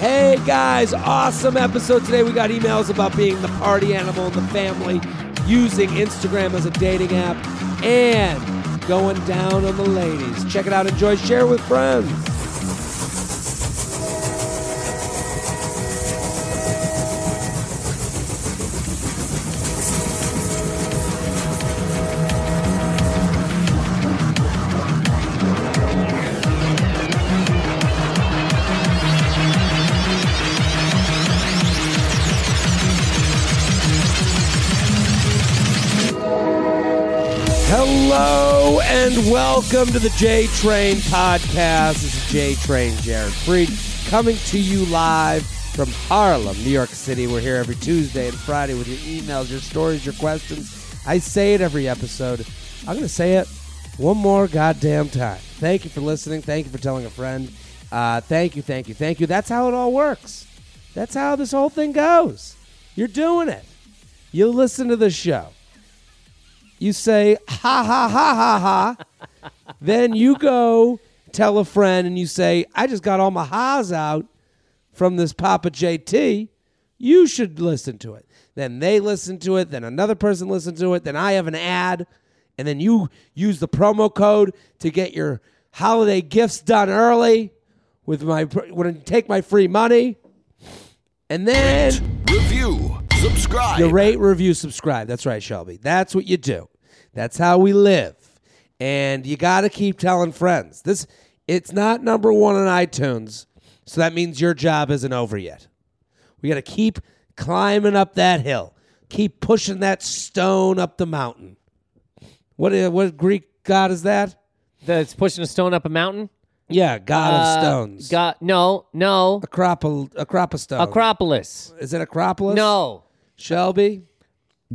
Hey guys, awesome episode today. We got emails about being the party animal in the family, using Instagram as a dating app, and going down on the ladies. Check it out, enjoy, share with friends. Hello and welcome to the J Train Podcast. This is J Train Jared Freed coming to you live from Harlem, New York City. We're here every Tuesday and Friday with your emails, your stories, your questions. I say it every episode. I'm going to say it one more goddamn time. Thank you for listening. Thank you for telling a friend. Uh, thank you, thank you, thank you. That's how it all works. That's how this whole thing goes. You're doing it. You listen to the show you say ha ha ha ha ha then you go tell a friend and you say i just got all my ha's out from this papa jt you should listen to it then they listen to it then another person listens to it then i have an ad and then you use the promo code to get your holiday gifts done early with my pr- when I take my free money and then Review. Subscribe. you rate, review, subscribe. That's right, Shelby. That's what you do. That's how we live. And you got to keep telling friends. This it's not number 1 on iTunes. So that means your job isn't over yet. We got to keep climbing up that hill. Keep pushing that stone up the mountain. What i- what Greek god is that? That's pushing a stone up a mountain. Yeah, god Uh, of stones. Got no, no. Acropol- Acropostone. Acropolis. is it Acropolis? No. Shelby?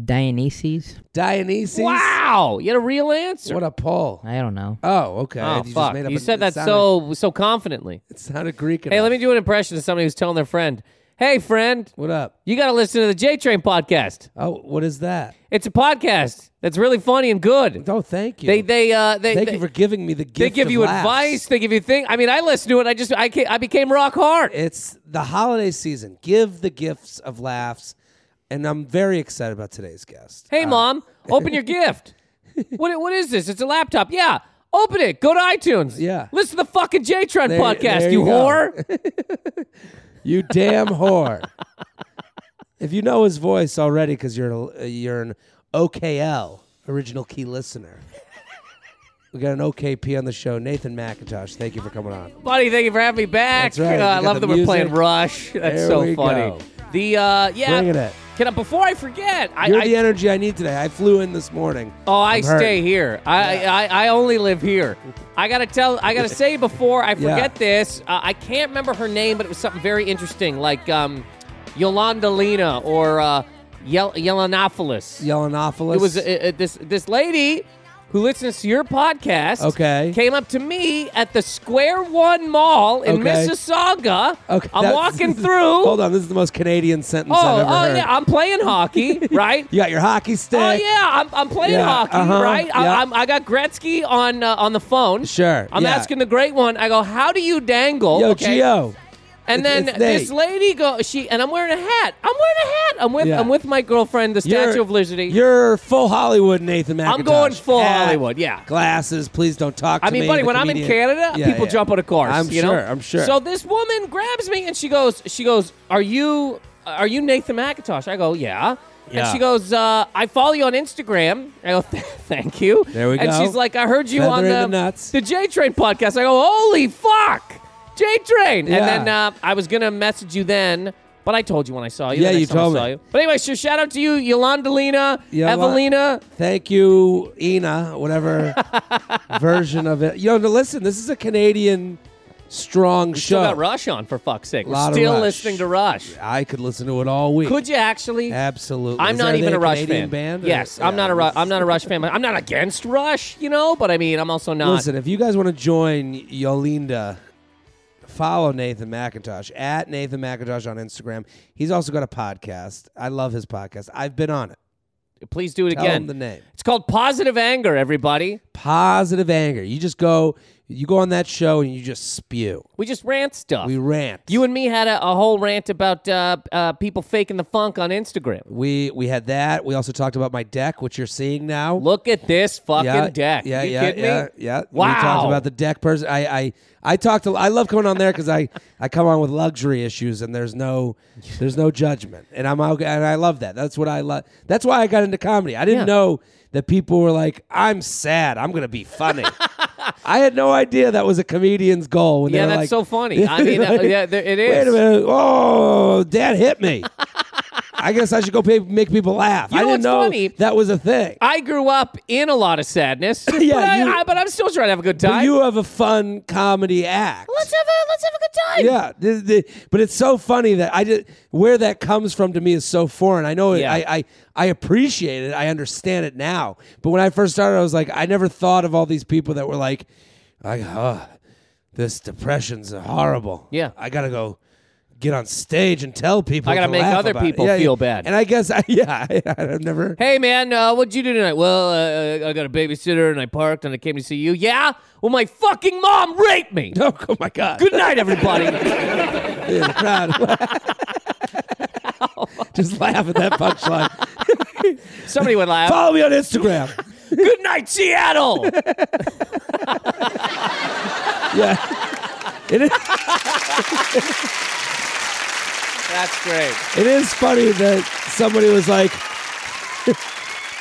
Dionysus? Dionysus? Wow, you had a real answer. What a pull. I don't know. Oh, okay. Oh you just fuck! made up You a- said it that sounded- so so confidently. It sounded Greek. Hey, enough. let me do an impression of somebody who's telling their friend, "Hey, friend, What up? you got to listen to the J Train podcast. Oh, what is that? It's a podcast that's really funny and good. Oh, thank you. They they uh they thank they, you for giving me the gift. they give of you laughs. advice. They give you things. I mean, I listened to it. I just I ca- I became rock hard. It's the holiday season. Give the gifts of laughs, and I'm very excited about today's guest. Hey, Uh, mom, open your gift. What what is this? It's a laptop. Yeah, open it. Go to iTunes. Yeah. listen to the fucking J Tron There- podcast. there you you go. whore. you damn whore! if you know his voice already, because you're a, you're an OKL original key listener. We got an OKP on the show, Nathan McIntosh. Thank you for coming on. Buddy, thank you for having me back. That's right. Uh, I You got love the that we're playing music. Rush. That's There so we funny. go. The uh, yeah. Bringing it. Can I, before I forget, I, You're I the energy I need today. I flew in this morning. oh I I'm hurt. stay here. I, I I only live here. I gotta tell. I gotta say before I Yeah. forget this. Uh, I can't remember her name, but it was something very interesting, like um, Yolanda Lena or uh, Yel- Yelanopoulos. Yelanopoulos. It was uh, uh, this this lady who listens to your podcast. Okay. came up to me at the Square One Mall in Okay. Mississauga. Okay, I'm that's- walking through. Hold on, this is the most Canadian sentence I've Oh, ever oh heard. yeah, I'm playing hockey, right? You got your hockey stick. Oh yeah, I'm, I'm playing Yeah, hockey, uh-huh, right? yeah. I, I'm, I got Gretzky on uh, on the phone. Sure, I'm yeah. asking the great one. I go, how do you dangle? Yo, okay. Geo. And It's- then it's Nate. this lady go she and I'm wearing a hat. I'm wearing a hat. I'm with Yeah. I'm with my girlfriend, the Statue you're- of Liberty. You're full Hollywood, Nathan McIntosh. I'm going full Hat, Hollywood, yeah. Glasses. Please don't talk to I mean, me, buddy, the when I'm in comedian. Canada, Yeah, people yeah. jump out of cars. I'm you sure. know? I'm sure. So this woman grabs me and she goes, she goes, "Are you, are you Nathan McIntosh?" I go, "Yeah." Yeah. And she goes, uh, "I follow you on Instagram." I go, "Th- "Thank you." There we and go. And she's like, "I heard you Feather on in the, the nuts. the J Train podcast." I go, "Holy fuck, J Train!" Yeah. And then uh, I was gonna message you then. But I told you when I saw you. Yeah, the next you time I told saw me. You. But anyway, so shout out to you, Yolanda Lena, Yola- Evelina. Thank you, Ina, whatever version of it. You know, now listen, this is a Canadian strong show. Still got Rush on for fuck's sake. We're Lot of still Rush. listening to Rush. I could listen to it all week. Could you actually? Absolutely. I'm Is- not are even they a Rush Canadian fan. Band or- yes, I'm Yeah, not a Ru- this- I'm not a Rush fan. but I'm not against Rush, you know, but I mean, I'm also not. Listen, if you guys want to join Yolinda, follow Nathan McIntosh at Nathan McIntosh on Instagram. He's also got a podcast. I love his podcast. I've been on it. please do it Tell again. him the name. It's called Positive Anger, everybody. Positive anger. You just go. You go on that show and you just spew. We just rant stuff. We rant. you and me had a, a whole rant about uh, uh, people faking the funk on Instagram. we we had that. We also talked about my deck, which you're seeing now. Look at this fucking yeah, deck. Yeah, you yeah, kidding yeah, me? yeah. Wow. We talked about the deck person. I, I, I talked. A, I love coming on there because I, I come on with luxury issues and there's no, there's no judgment, and I'm okay, and I love that. That's what I love. That's why I got into comedy. I didn't Yeah. know that people were like, I'm sad. I'm gonna be funny. I had no idea that was a comedian's goal. When they Yeah, were that's like- so funny. I mean, uh, yeah, there- it is. Wait a minute. Oh, Dad hit me. I guess I should go pay, make people laugh. You I know didn't what's know funny? that was a thing. I grew up in a lot of sadness. Yeah, but, you- I, I, but I'm still trying to have a good But time. you have a fun comedy act. let's have a let's have a good time. yeah, th- th- but it's so funny that I did where that comes from to me is so foreign. I know it, Yeah. I, I I appreciate it. I understand it now. But when I first started, I was like, I never thought of all these people that were like, I uh, this depression's horrible. Yeah. I gotta go get on stage and tell people. I gotta to make laugh other about it. people Yeah, feel yeah. bad. And I guess I, yeah, I, I've never. Hey man, uh, what'd you do tonight? Well, uh, I got a babysitter and I parked and I came to see you. Yeah. Well, my fucking mom raped me. Oh, my god. Good night, everybody. in the crowd. Just laugh at that punchline. Somebody would laugh. Follow me on Instagram. Good night, Seattle. Yeah. It is, That's great. it is funny that somebody was like,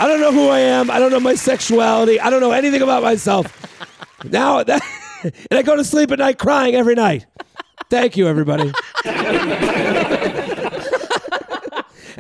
I don't know who I am. I don't know my sexuality. I don't know anything about myself. Now that, and I go to sleep at night crying every night. Thank you, everybody. And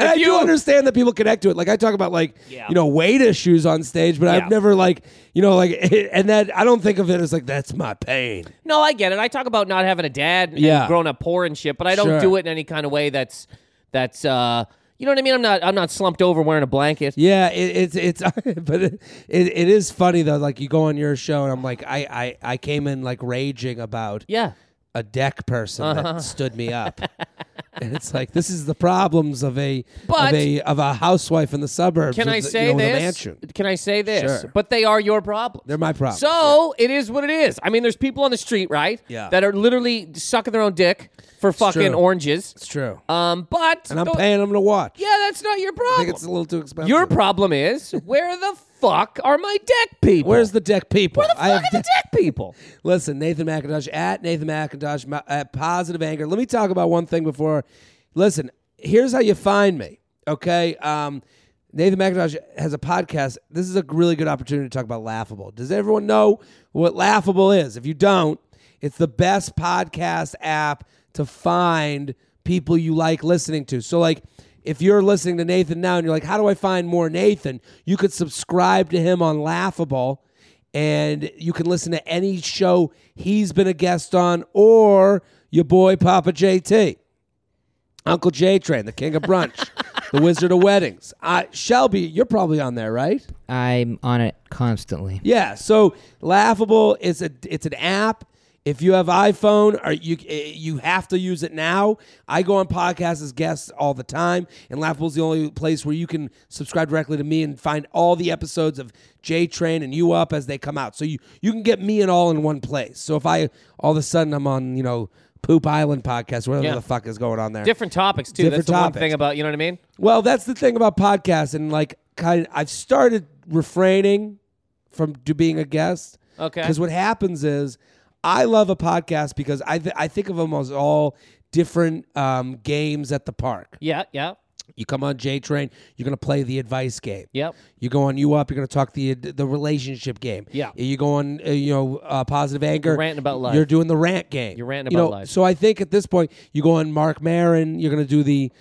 I do you- understand that people connect to it. Like I talk about, like Yeah. you know, weight issues on stage, but Yeah. I've never like you know like and that I don't think of it as like that's my pain. No, I get it. I talk about not having a dad and Yeah. growing up poor and shit, but I don't Sure. do it in any kind of way that's that's uh you know what I mean? I'm not I'm not slumped over wearing a blanket. Yeah, it, it's it's but it, it it is funny though. Like you go on your show and I'm like I I, I came in like raging about Yeah. Uh-huh. a deck person that stood me up. and it's like this is the problems of a of But- a of a housewife in the suburbs. Can with I the- you say know, with a this? mansion. Can I say this? Sure. But they are your problem. They're my problem. So it is what it is. I mean, there's people on the street, right? Yeah. That are literally sucking their own dick for fucking true. oranges. it's true. Um, but and I'm don't- paying them to watch. Yeah, that's not your I problem. think it's a little too expensive. your problem is where the fuck are my deck people? Where's the deck people? where the fuck I have are the deck people? Listen, Nathan McIntosh at Nathan McIntosh ma- at Positive Anger. Let me talk about one thing before. Listen, here's how you find me. Okay, um, Nathan McIntosh has a podcast. This is a really good opportunity to talk about Laughable. Does everyone know what Laughable is? If you don't, it's the best podcast app to find people you like listening to. So like if you're listening to Nathan now and you're like, how do I find more Nathan? You could subscribe to him on Laughable and you can listen to any show he's been a guest on or your boy Papa JT. Uncle J Train, the king of brunch, the wizard of weddings. Uh, Shelby, you're probably on there, right? I'm on it constantly. Yeah. So laughable. It's a it's an app. If you have iPhone, or you eh, you have to use it now. I go on podcasts as guests all the time, and Laughable's the only place where you can subscribe directly to me and find all the episodes of J Train and You Up as they come out. So you you can get me and all in one place. So if I all of a sudden I'm on you know Poop Island podcast, whatever Yeah. the fuck is going on there, Different topics too. Different that's the topics. one thing about you know what I mean. well, that's the thing about podcasts, and like, kind I've started refraining from do being a guest. Okay. Because what happens is, I love a podcast because I th- I think of them as all different um, games at the park. Yeah, yeah, You come on J Train, you're gonna play the advice game. Yep. You go on you up, you're gonna talk the the relationship game. Yeah. You go on uh, you know uh, positive anger. ranting about life. You're doing the rant game. You're ranting You about know, life. So I think at this point, you go on Mark Maron. You're gonna do the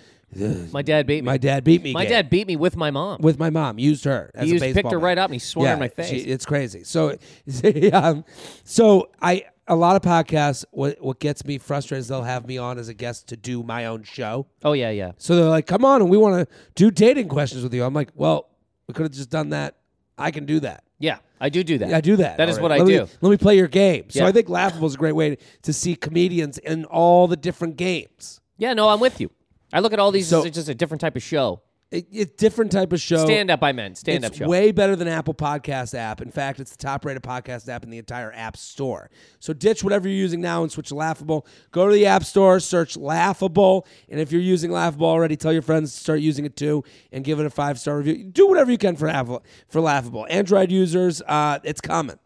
My dad beat me. my dad beat me. My game dad beat me with my mom. with my mom. Used her as a he used, baseball picked her bat. right up and he swung her in my Yeah, face. she- it's crazy. So, um, so I a lot of podcasts. What what gets me frustrated is they'll have me on as a guest to do my own show. oh yeah, yeah. So they're like, "Come on, and we want to do dating questions with you." I'm like, "Well, we could have just done that. I can do that. Yeah, I do do that. I do that. That is already. what I Let me- do. let me play your game." So Yeah. I think Laughable is a great way to, to see comedians in all the different games. Yeah, no, I'm with you. I look at all these So- as just a different type of show. It, it's different type of show. Stand up, I meant. Stand up it's show. way better than Apple Podcast app. In fact, it's the top rated podcast app in the entire App Store. So ditch whatever you're using now and switch to Laughable. Go to the App Store, search Laughable, and if you're using Laughable already, tell your friends to start using it too, and give it a five star review. Do whatever you can for Apple, for Laughable. Android users, uh, it's coming.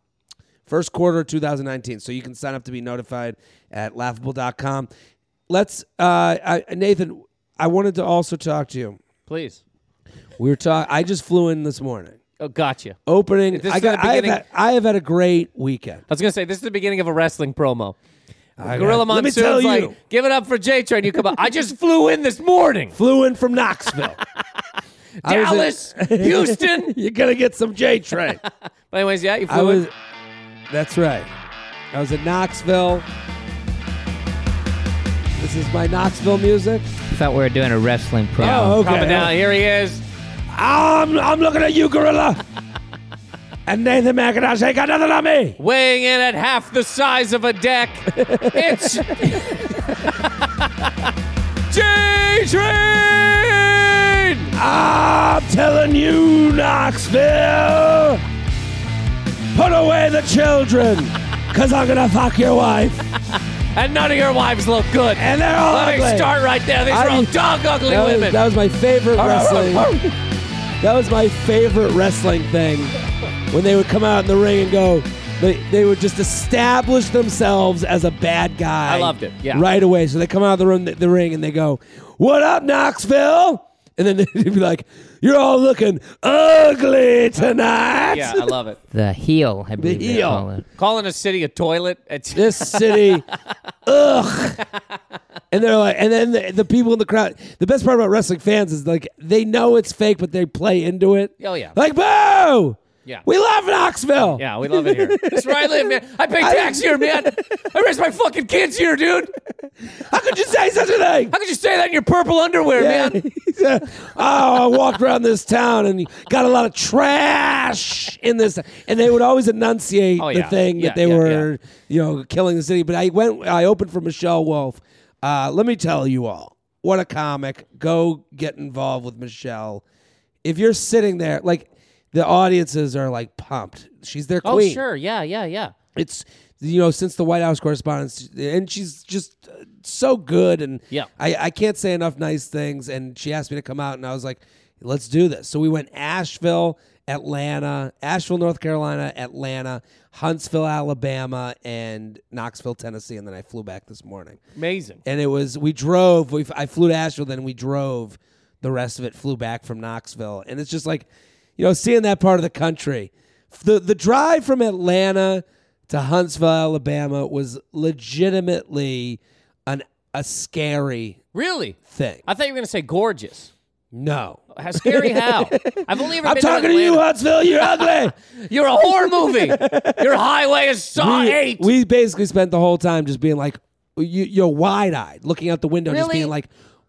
First quarter of 2019. So you can sign up to be notified at laughable.com. Let's, uh, I, Nathan, I wanted to also talk to you. Please. We were talking, I just flew in this morning Oh, gotcha. opening. This I is got. the I have, beginning- had, I have had a great weekend. I was gonna say this is the beginning of a wrestling promo. I Gorilla got- let me tell Monsoon's like, you. give it up for J Train. You come up. I just flew in this morning. Flew in from Knoxville. I was in- Dallas, Houston. You're gonna get some J train. But anyways, yeah, you flew I was. in. That's right. I was in Knoxville. This is my Knoxville music. I thought we were doing a wrestling promo. Oh, okay. Coming down. Here he is. I'm, I'm looking at you, Gorilla. and Nathan McIntosh ain't got nothing on me. weighing in at half the size of a deck. It's J Train. I'm telling you, Knoxville, put away the children, cause I'm gonna fuck your wife. And none of your wives look good. And they're all Let ugly. me start right there. These I are all mean, dog ugly that was, women. that was my favorite wrestling. that was my favorite wrestling thing. When they would come out in the ring and go, they, they would just establish themselves as a bad guy. I loved it, yeah. Right away. So they come out of the room, the ring, and they go, "What up, Knoxville?" And then they'd be like, "You're all looking ugly tonight." yeah, I love it. The heel, I believe they heel. call it. Calling a city a toilet. It's, this city. Ugh. And they're like, and then the, the people in the crowd. The best part about wrestling fans is like they know it's fake, but they play into it. Oh, yeah. Like boo. Yeah. We love Knoxville. yeah, we love it here. That's where I live, man. I pay tax here, man. I raise my fucking kids here, dude. How could you say such a thing? How could you say that in your purple underwear, man? Yeah. oh, I walked around this town and got a lot of trash in this, and they would always enunciate Oh, the yeah. thing that Yeah, they yeah, were, you know, killing the city. But I went, I opened for Michelle Wolf. Uh, let me tell you all, what a comic! Go get involved with Michelle. If you're sitting there, like the audiences are like pumped. She's their Oh, queen sure. Yeah, yeah, yeah. it's you know since the White House correspondence, and she's just uh, so good, and Yeah. I, I can't say enough nice things. And she asked me to come out, and I was like, let's do this. So we went Asheville, Atlanta, Asheville, North Carolina, Atlanta, Huntsville, Alabama, and Knoxville, Tennessee, and then I flew back this morning. Amazing. And it was we drove. We I flew to Asheville, then we drove. The rest of it flew back from Knoxville, and it's just like, you know, seeing that part of the country. The the drive from Atlanta to Huntsville, Alabama, was legitimately an a scary Really? thing. I thought you were going to say gorgeous. no, How scary how? I've only ever I'm been talking to you, Atlanta. Huntsville. You're ugly. You're a horror movie. Your highway is Saw we, 8. we basically spent the whole time just being like, you, you're wide eyed, looking out the window, and just Really? being like,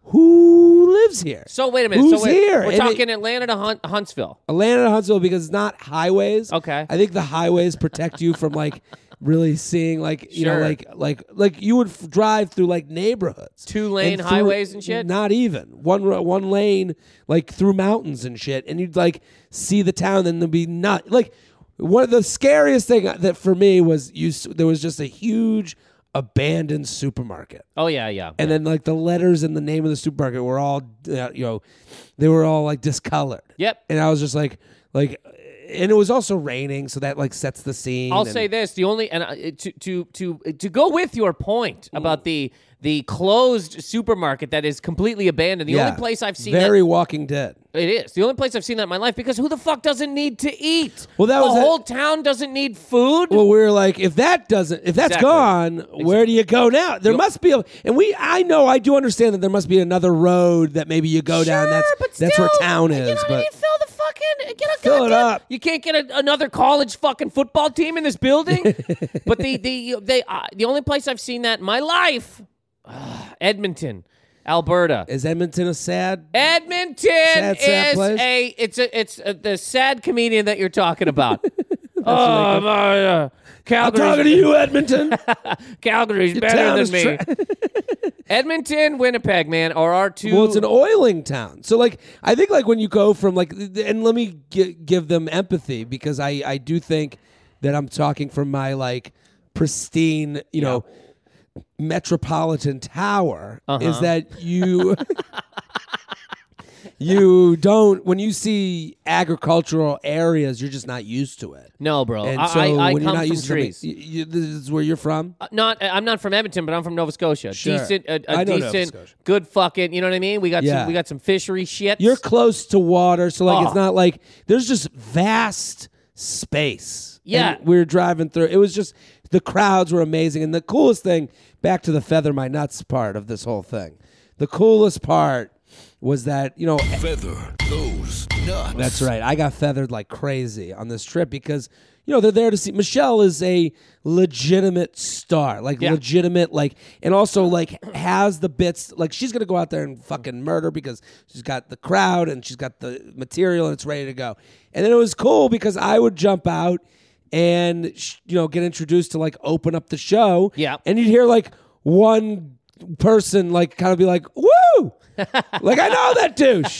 who lives here? so wait a minute. Who's so wait, here? We're And it- talking Atlanta to Hun- Huntsville. Atlanta to Huntsville because it's not highways. Okay. I think the highways protect you from like really seeing like you know Sure. like like like you would f- drive through like neighborhoods, Two-lane through- highways and shit? Not even one ro- one lane like through mountains and shit, and you'd like see the town and there'd be not like one of the scariest thing that for me was you s- there was just a huge abandoned supermarket Oh yeah, yeah. and then like the letters and the name of the supermarket were all uh, you know they were all like discolored Yep. and i was just like like and it was also raining so that like sets the scene I'll and- say this: the only and uh, to to to to go with your point Mm. about the the closed supermarket that is completely abandoned. The yeah. only place I've seen very walking dead that, it is the only place I've seen that in my life because who the fuck doesn't need to eat? Well, that the was that- whole town doesn't need food. well we were like if that doesn't if that's Exactly. gone where do you go now there must be a and we i know i do understand that there must be another road that maybe you go down Sure, that's but that's where still, town You know is what I but mean? Fill the fucking get a Fill it goddamn- up. You can't get a, another college fucking football team in this building. but the the they uh, the only place I've seen that in my life, Ugh, Edmonton, Alberta. is edmonton a sad Edmonton Sad, sad is place. a it's a it's a, the sad comedian that you're talking about. oh my, uh, i'm talking to Calgary's, you edmonton Calgary's town better is than me. Edmonton, Winnipeg, man, are our two. Well, it's an oiling town. So like I think like when you go from like and let me gi- give them empathy because I I do think that I'm talking from my like pristine, you know, metropolitan tower Uh-huh. is that you you don't when you see agricultural areas you're just not used to it. no, bro. And Oh, I, so I, I when you're come not from used trees. to something, you, you, this is where you're from. Uh, Not, I'm not from Edmonton, but I'm from Nova Scotia. Sure. Decent, a, a I know Nova decent, Scotia. good fucking. You know what I mean? We got Yeah. some, we got some fishery shit. You're close to water, so like Oh. it's not like there's just vast space. Yeah. And we were driving through. It was just the crowds were amazing, and the coolest thing. Back to the feather my nuts part of this whole thing. The coolest part was that you know Feather those nuts. that's right. I got feathered like crazy on this trip because you know they're there to see Michelle is a legitimate star, like Yeah. legitimate, like and also like has the bits. Like she's gonna go out there and fucking murder because she's got the crowd and she's got the material and it's ready to go. And then it was cool because I would jump out and sh- you know get introduced to like open up the show. Yeah. and you'd hear like one person like kind of be like woo. like I know that douche.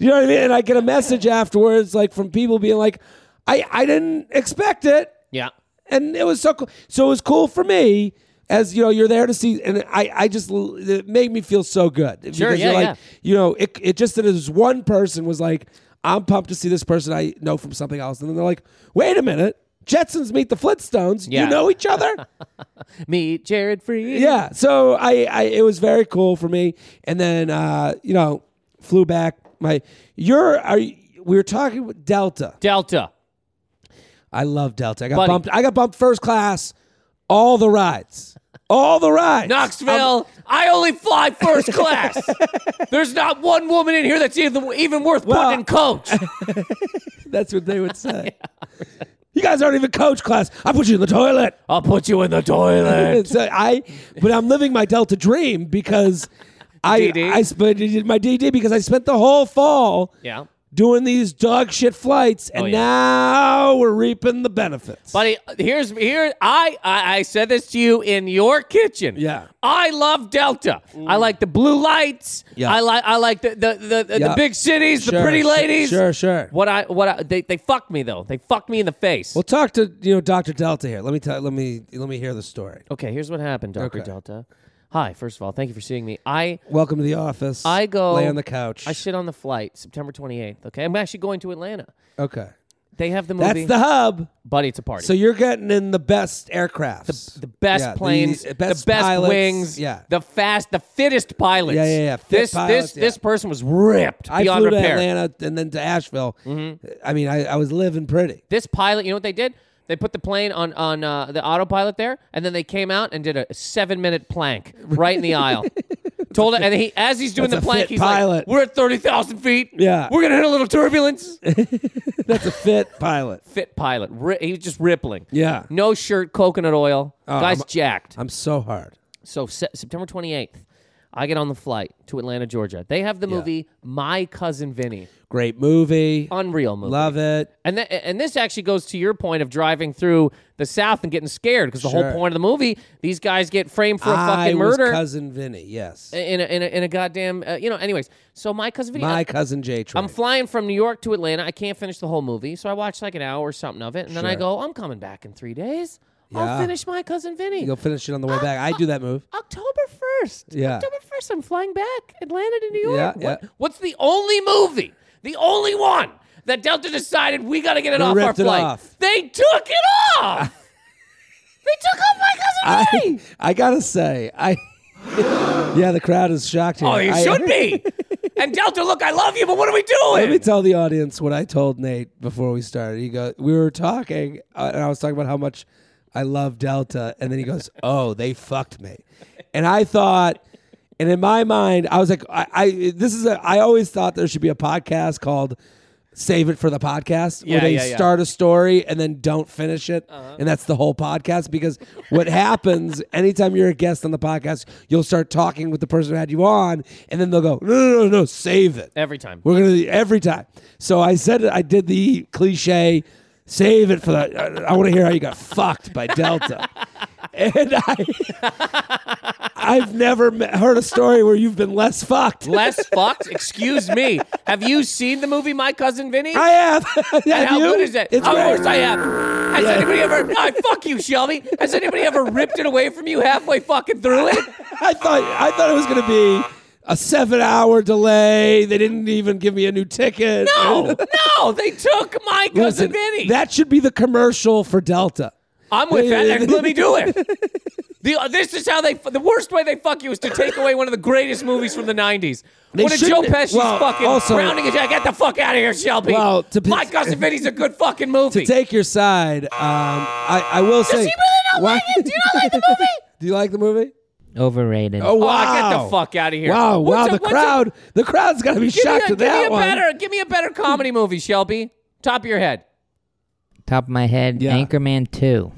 You know what I mean? And I get a message afterwards, like from people being like, "I I didn't expect it," yeah. and it was so cool. So it was cool for me, as you know, you're there to see, and I I just l- it made me feel so good Sure, because yeah, you're like, yeah. you know, it it just that this one person was like, "I'm pumped to see this person I know from something else," and then they're like, "Wait a minute." Jetsons meet the Flintstones. Yeah. You know each other? Meet Jared Free. yeah. So I, I, it was very cool for me. And then, uh, you know, flew back. My, you're, are you, we were talking with Delta. Delta. I love Delta. I got Buddy. bumped. I got bumped first class. All the rides. All the rides. Um, Knoxville. I only fly first class. There's not one woman in here that's even even worth Well- putting in coach. I'm- that's what they would say. You guys aren't even coach class. I put you in the toilet. I'll put you in the toilet. so I, but I'm living my Delta dream because I, DD. I spent my DD because I spent the whole fall Yeah. doing these dog shit flights, and Oh, yeah. now we're reaping the benefits. Buddy, here's here. I, I I said this to you in your kitchen. Yeah. Mm. I love Delta. I like the blue lights. Yeah. I like I like the the the, the, Yeah. the big cities, the Sure, pretty sure, ladies. sure, sure. What I what I they they fucked me though. They fucked me in the face. Well, talk to you know Doctor Delta here. Let me tell. Let me let me hear the story. okay, here's what happened, Doctor Okay. Delta. Hi, first of all, thank you for seeing me. I Welcome to the office. I go lay on the couch. I sit on the flight September 28th. Okay, I'm actually going to Atlanta. okay, They have the that's movie. the hub. buddy. It's a party. So you're getting in the best aircrafts, the best Yeah, the planes, the, best, pilots. wings, Yeah, the fast, the fittest pilots. Yeah, yeah, yeah. Fit This pilots, this yeah. this person was ripped I beyond flew repair. Mm-hmm. to Atlanta and then to Asheville. I mean, I, I was living pretty. This pilot, you know what they did? They put the plane on on uh, the autopilot there, and then they came out and did a seven minute plank right in the aisle. Told it, and he as he's doing That's the a plank, fit he's pilot. like, "We're at thirty thousand feet. Yeah. we're gonna hit a little turbulence." That's a fit pilot. fit pilot, Ri- he was just rippling. Yeah. Oh, no shirt, coconut oil. Guy's I'm- jacked. I'm so hard. So se- September 28th, I get on the flight to Atlanta, Georgia. They have the movie My Cousin Vinny. Great movie. Unreal movie. Love it. And th- and this actually goes to your point of driving through the South and getting scared because the Sure. whole point of the movie, these guys get framed for a I fucking was murder cousin Vinny. Yes, in a, in a in a goddamn uh, you know. Anyways, so My Cousin Vinny. my I- cousin J Train. I'm flying from New York to Atlanta. I can't finish the whole movie, so I watched like an hour or something of it, and then I Sure. go, "I'm coming back in three days. Yeah. I'll finish My Cousin Vinny." You'll finish it on the way back. I do that move. October 1st. Yeah. October 1st, I'm flying back Atlanta to New Yeah, York. what, yeah. What's the only movie, the only one that Delta decided we got to get it They off our ripped it flight? off. They took it off. they took off my cousin Vinny. I, I gotta say, I yeah, the crowd is shocked here. Oh, you I- should be. and Delta, look, I love you, but what are we Let me doing? tell the audience what I told Nate before we started. He goes, we were talking, uh, and I was talking about how much I love Delta, and then he goes, "Oh, they fucked me," and I thought, and in my mind, I was like, I, I this is a, I always thought there should be a podcast called. Save it for the podcast Yeah, where they yeah, Uh-huh. yeah. start a story and then don't finish it. And that's the whole podcast because what happens anytime you're a guest on the podcast, you'll start talking with the person who had you on, and then they'll go, No, no, no, no, save it. Every time. We're gonna do every time. So I said I did the cliche. Save it for the. I want to hear how you got fucked by Delta. and I, I've never me- heard a story where you've been less fucked. Less fucked? Excuse me. Have you seen the movie My Cousin Vinny? I have. have And how you? good is that? It's of great. course I have. Has anybody ever? No, fuck you, Shelby. Has anybody ever ripped it away from you halfway fucking through it? I thought I thought it was going to be a seven-hour delay. They didn't even give me a new ticket. No, no, they took my cousin Listen, Vinny. that should be the commercial for Delta. I'm with that. and let me do it. The, uh, this is how they. The worst way they fuck you is to take away one of the greatest movies from the '90s. They One of Joe shouldn't- Pesci's well, fucking also- rounding his Get the fuck out of here, Shelby. Well, to- my cousin Vinny's a good fucking movie. Take your side. Um, I, I will say. he really not Why- like it? Do you not like the movie? do you like the movie? Overrated. Oh Oh, wow! Oh, get the fuck out of here! Wow! What's wow! a- the what's a- crowd, the crowd's got to be Give me shocked a, at give me that a one. better, give me a better comedy movie, Shelby. Top of your head. Top of my head, Yeah. Anchorman 2.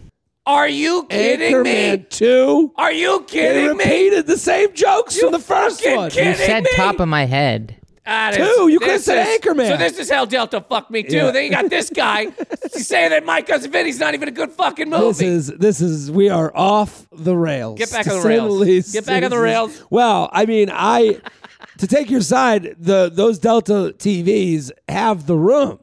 Are you kidding me? Anchorman two. Are you They kidding me? repeated the same jokes from the first fucking one. kidding You said me? top of my head. Ah, Two, this- you could've this said is- Anchorman. So this is how Delta fucked me too. Yeah. Then you got this guy saying that My Cousin Vinny's not even a good fucking movie. This is this is we are off the rails. Get back to on the say rails. least. Get back on This the is- rails. Well, I mean, I to take your side, the those Delta TVs have the room.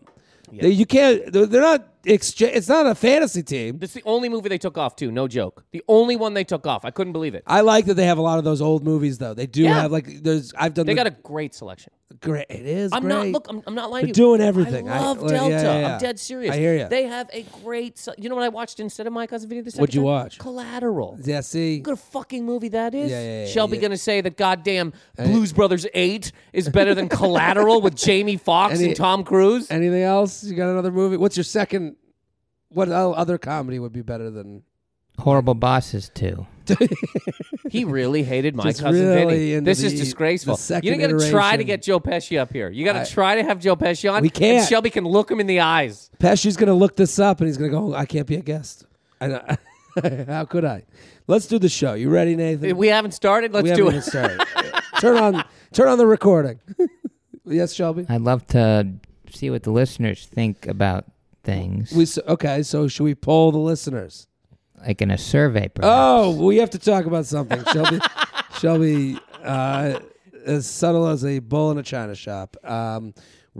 They- You can't. They're they're not. Exchange, it's not a fantasy team. This is the only movie they took off too. No joke. The only one they took off. I couldn't believe it. I like that they have a lot of those old movies though. They do Yeah. have like there's. I've done. They the, got a great selection. great. It is I'm great. not look. I'm, I'm not lying. They're to you. doing everything. I- I love well, yeah, Delta. yeah, yeah. I'm dead serious. I hear ya. They have a great. se- You know what I watched instead of My Cousin Vinny? The second What'd you time? watch? Collateral. Yeah. See. What a fucking movie that is. Yeah, yeah, yeah, Shelby yeah. gonna say that goddamn Blues Brothers Eight is better than Collateral with Jamie Foxx And and, it- Tom Cruise. Anything else? You got another movie? What's your second? What o- other comedy would be better than? Horrible Bosses 2. he really hated my Just cousin really Vinny. into This is the- disgraceful. the second you gotta try to iteration. get Joe Pesci up here. You gotta I- try to have Joe Pesci on. We can't. And Shelby can look him in the eyes. Pesci's gonna look this up and he's gonna go. "Oh, I can't be a guest. I know. How could I? Let's do the show. You ready, Nathan? We haven't started. Let's We haven't do even it. started. turn on, turn on the recording. yes, Shelby. I'd love to see what the listeners think about things, We s- okay. So should we poll the listeners? like in a survey. Perhaps. Oh, we have to talk about something. Shelby, Shelby, uh, as subtle as a bull in a china shop. Um,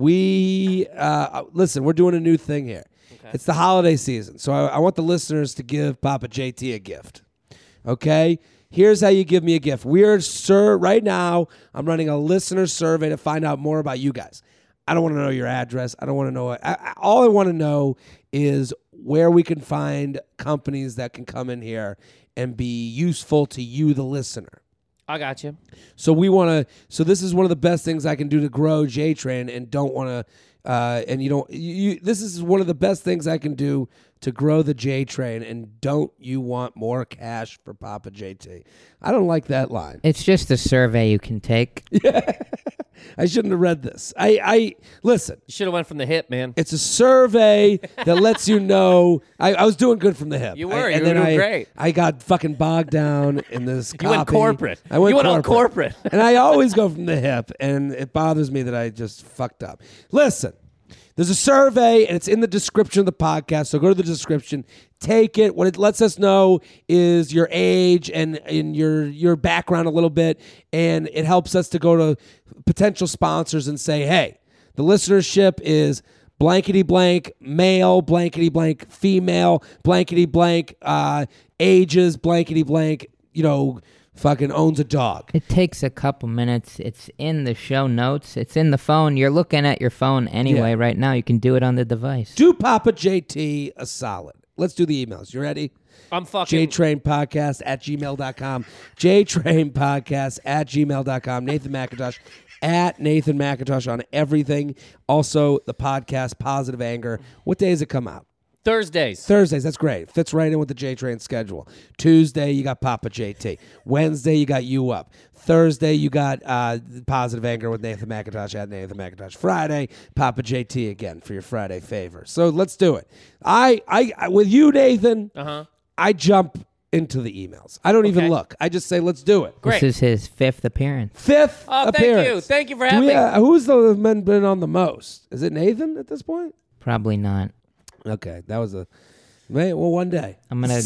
we uh, listen. We're doing a new thing here. It's the holiday season, so I, I want the listeners to give Papa JT a gift. Okay. Here's how you give me a gift. We're sir right now. I'm running a listener survey to find out more about you guys. I don't want to know your address. I don't want to know. I, I, all I want to know is where we can find companies that can come in here and be useful to you, the listener. I got you. So we want to. So this is one of the best things I can do to grow J Train, and don't want to. Uh, and you don't. You, you, this is one of the best things I can do to grow the J Train, and don't you want more cash for Papa JT? I don't like that line. It's just a survey you can take. I shouldn't have read this. I, I listen. You should have went from the hip, man. It's a survey that lets you know. I, I was doing good from the hip. You I- were. and You were then doing I, great. I got fucking bogged down in this. You went copy. corporate. I went You went all corporate. corporate. and I always go from the hip, and it bothers me that I just fucked up. Listen, there's a survey, and it's in the description of the podcast. So go to the description, take it. What it lets us know is your age and in your your background a little bit, and it helps us to go to potential sponsors and say, hey, the listenership is blankety blank male, blankety blank female, blankety blank uh, ages, blankety blank. You know, fucking owns a dog. It takes a couple minutes. It's in the show notes. It's in the phone. You're looking at your phone anyway Yeah. right now. You can do it on the device. do Papa JT a solid. Let's do the emails. You ready? I'm fucking. JTrainPodcast at gmail.com. JTrainPodcast at gmail.com. Nathan McIntosh at Nathan McIntosh on everything. Also, the podcast, Positive Anger. What day does it come out? Thursdays. Thursdays, that's great. Fits right in with the J Train schedule. Tuesday, you got Papa JT. Wednesday, you got You Up. Thursday, you got uh, Positive Anger with Nathan McIntosh at Nathan McIntosh. Friday, Papa JT again for your Friday favor. So let's do it. I, I, I with you, Nathan. Uh-huh. I jump into the emails. I don't even Okay. look. I just say, let's do it. Great. This is his fifth appearance. Fifth Oh, thank appearance. you. Thank you for Do having we, me. uh, who's the men been on the most? Is it Nathan at this point? Probably not. Okay, that was a. Wait, well, one day. I'm gonna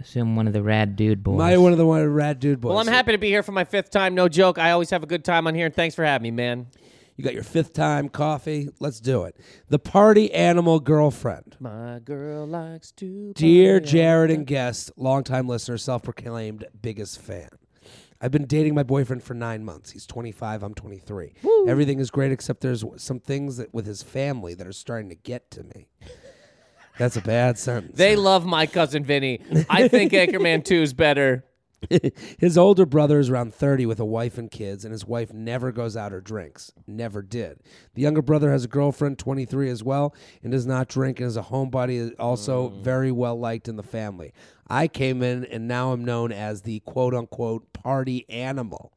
Assume one of the rad dude boys. My one of the one rad dude boys. Well, I'm happy to be here for my fifth time. No joke. I always have a good time on here, and thanks for having me, man. You got your fifth time coffee. Let's do it. The party animal girlfriend. My girl likes to. Dear party. Jared and guest, longtime listener, self proclaimed biggest fan. I've been dating my boyfriend for nine months. He's 25, I'm 23. Everything is great, except there's some things that with his family that are starting to get to me. That's a bad sentence. They love my cousin Vinny. I think Anchorman 2 is better. his older brother is around 30 with a wife and kids, and his wife never goes out or drinks. Never did. The younger brother has a girlfriend, 23 as well, and does not drink and is a homebody, also Mm. very well liked in the family. I came in, and now I'm known as the quote unquote party animal.